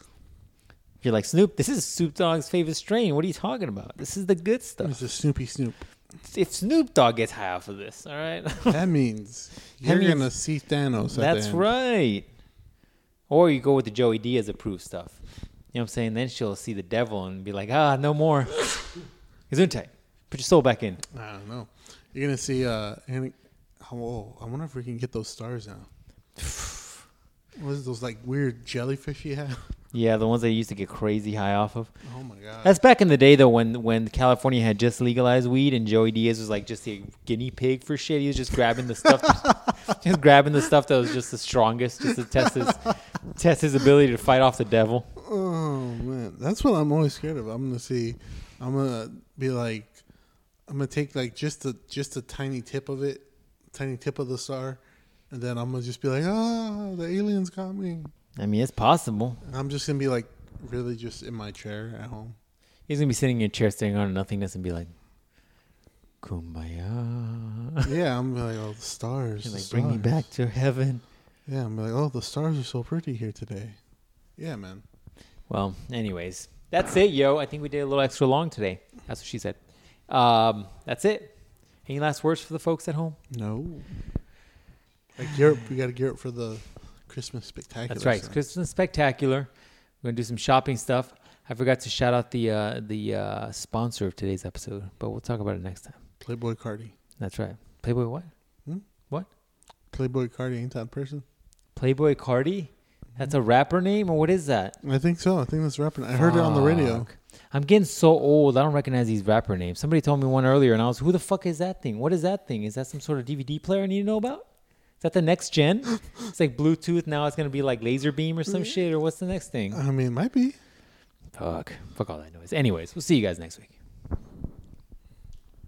Speaker 1: You're like Snoop. This is Snoop Dogg's favorite strain. What are you talking about? This is the good stuff.
Speaker 2: It's a Snoopy Snoop.
Speaker 1: If Snoop Dogg gets high off of this, all right.
Speaker 2: That means
Speaker 1: That
Speaker 2: you're
Speaker 1: means-
Speaker 2: gonna see Thanos. At
Speaker 1: That's
Speaker 2: the end.
Speaker 1: right. Or you go with the Joey Diaz approved stuff. You know what I'm saying? Then she'll see the devil and be like, ah, no more. Gesundheit. Put your soul back in.
Speaker 2: I don't know. You're gonna see. Uh, and oh, I wonder if we can get those stars now. What is those like weird jellyfish you have?
Speaker 1: Yeah, the ones that you used to get crazy high off of.
Speaker 2: Oh my god.
Speaker 1: That's back in the day, though, when, when California had just legalized weed and Joey Diaz was like just a guinea pig for shit. He was just grabbing the stuff, just grabbing the stuff that was just the strongest, just to test his test his ability to fight off the devil.
Speaker 2: oh man, that's what I'm always scared of. I'm gonna see. I'm gonna be like, I'm gonna take like just the just the tiny tip of it, tiny tip of the star, and then I'm gonna just be like, ah, the aliens got me.
Speaker 1: I mean, it's possible.
Speaker 2: And I'm just gonna be like, really, just in my chair at home.
Speaker 1: He's gonna be sitting in your chair, staring on nothingness, and be like, "Kumbaya."
Speaker 2: Yeah, I'm like, oh, the stars.
Speaker 1: He's
Speaker 2: the
Speaker 1: like, "Bring me
Speaker 2: stars."
Speaker 1: back to heaven."
Speaker 2: Yeah, I'm like, oh, the stars are so pretty here today. Yeah, man.
Speaker 1: Well, anyways, that's it, yo. I think we did a little extra long today. That's what she said. Um, that's it. Any last words for the folks at home?
Speaker 2: No. Like Europe, we got to gear up for the Christmas spectacular.
Speaker 1: That's right. It's
Speaker 2: son.
Speaker 1: Christmas spectacular. We're gonna do some shopping stuff. I forgot to shout out the uh, the uh, sponsor of today's episode, but we'll talk about it next time.
Speaker 2: Playboy Cardi.
Speaker 1: That's right. Playboy what?
Speaker 2: Playboy Cardi ain't that person?
Speaker 1: Playboy Cardi? That's a rapper name, or what is that?
Speaker 2: I think so. I think that's rapping. I heard it on the radio.
Speaker 1: Fuck. I'm getting so old. I don't recognize these rapper names. Somebody told me one earlier, and I was, "Who the fuck is that thing? What is that thing? Is that some sort of DVD player I need to know about? Is that the next gen? it's like Bluetooth now. It's gonna be like laser beam or some shit, or what's the next thing?
Speaker 2: I mean, might be.
Speaker 1: Fuck, fuck all that noise. Anyways, we'll see you guys next week.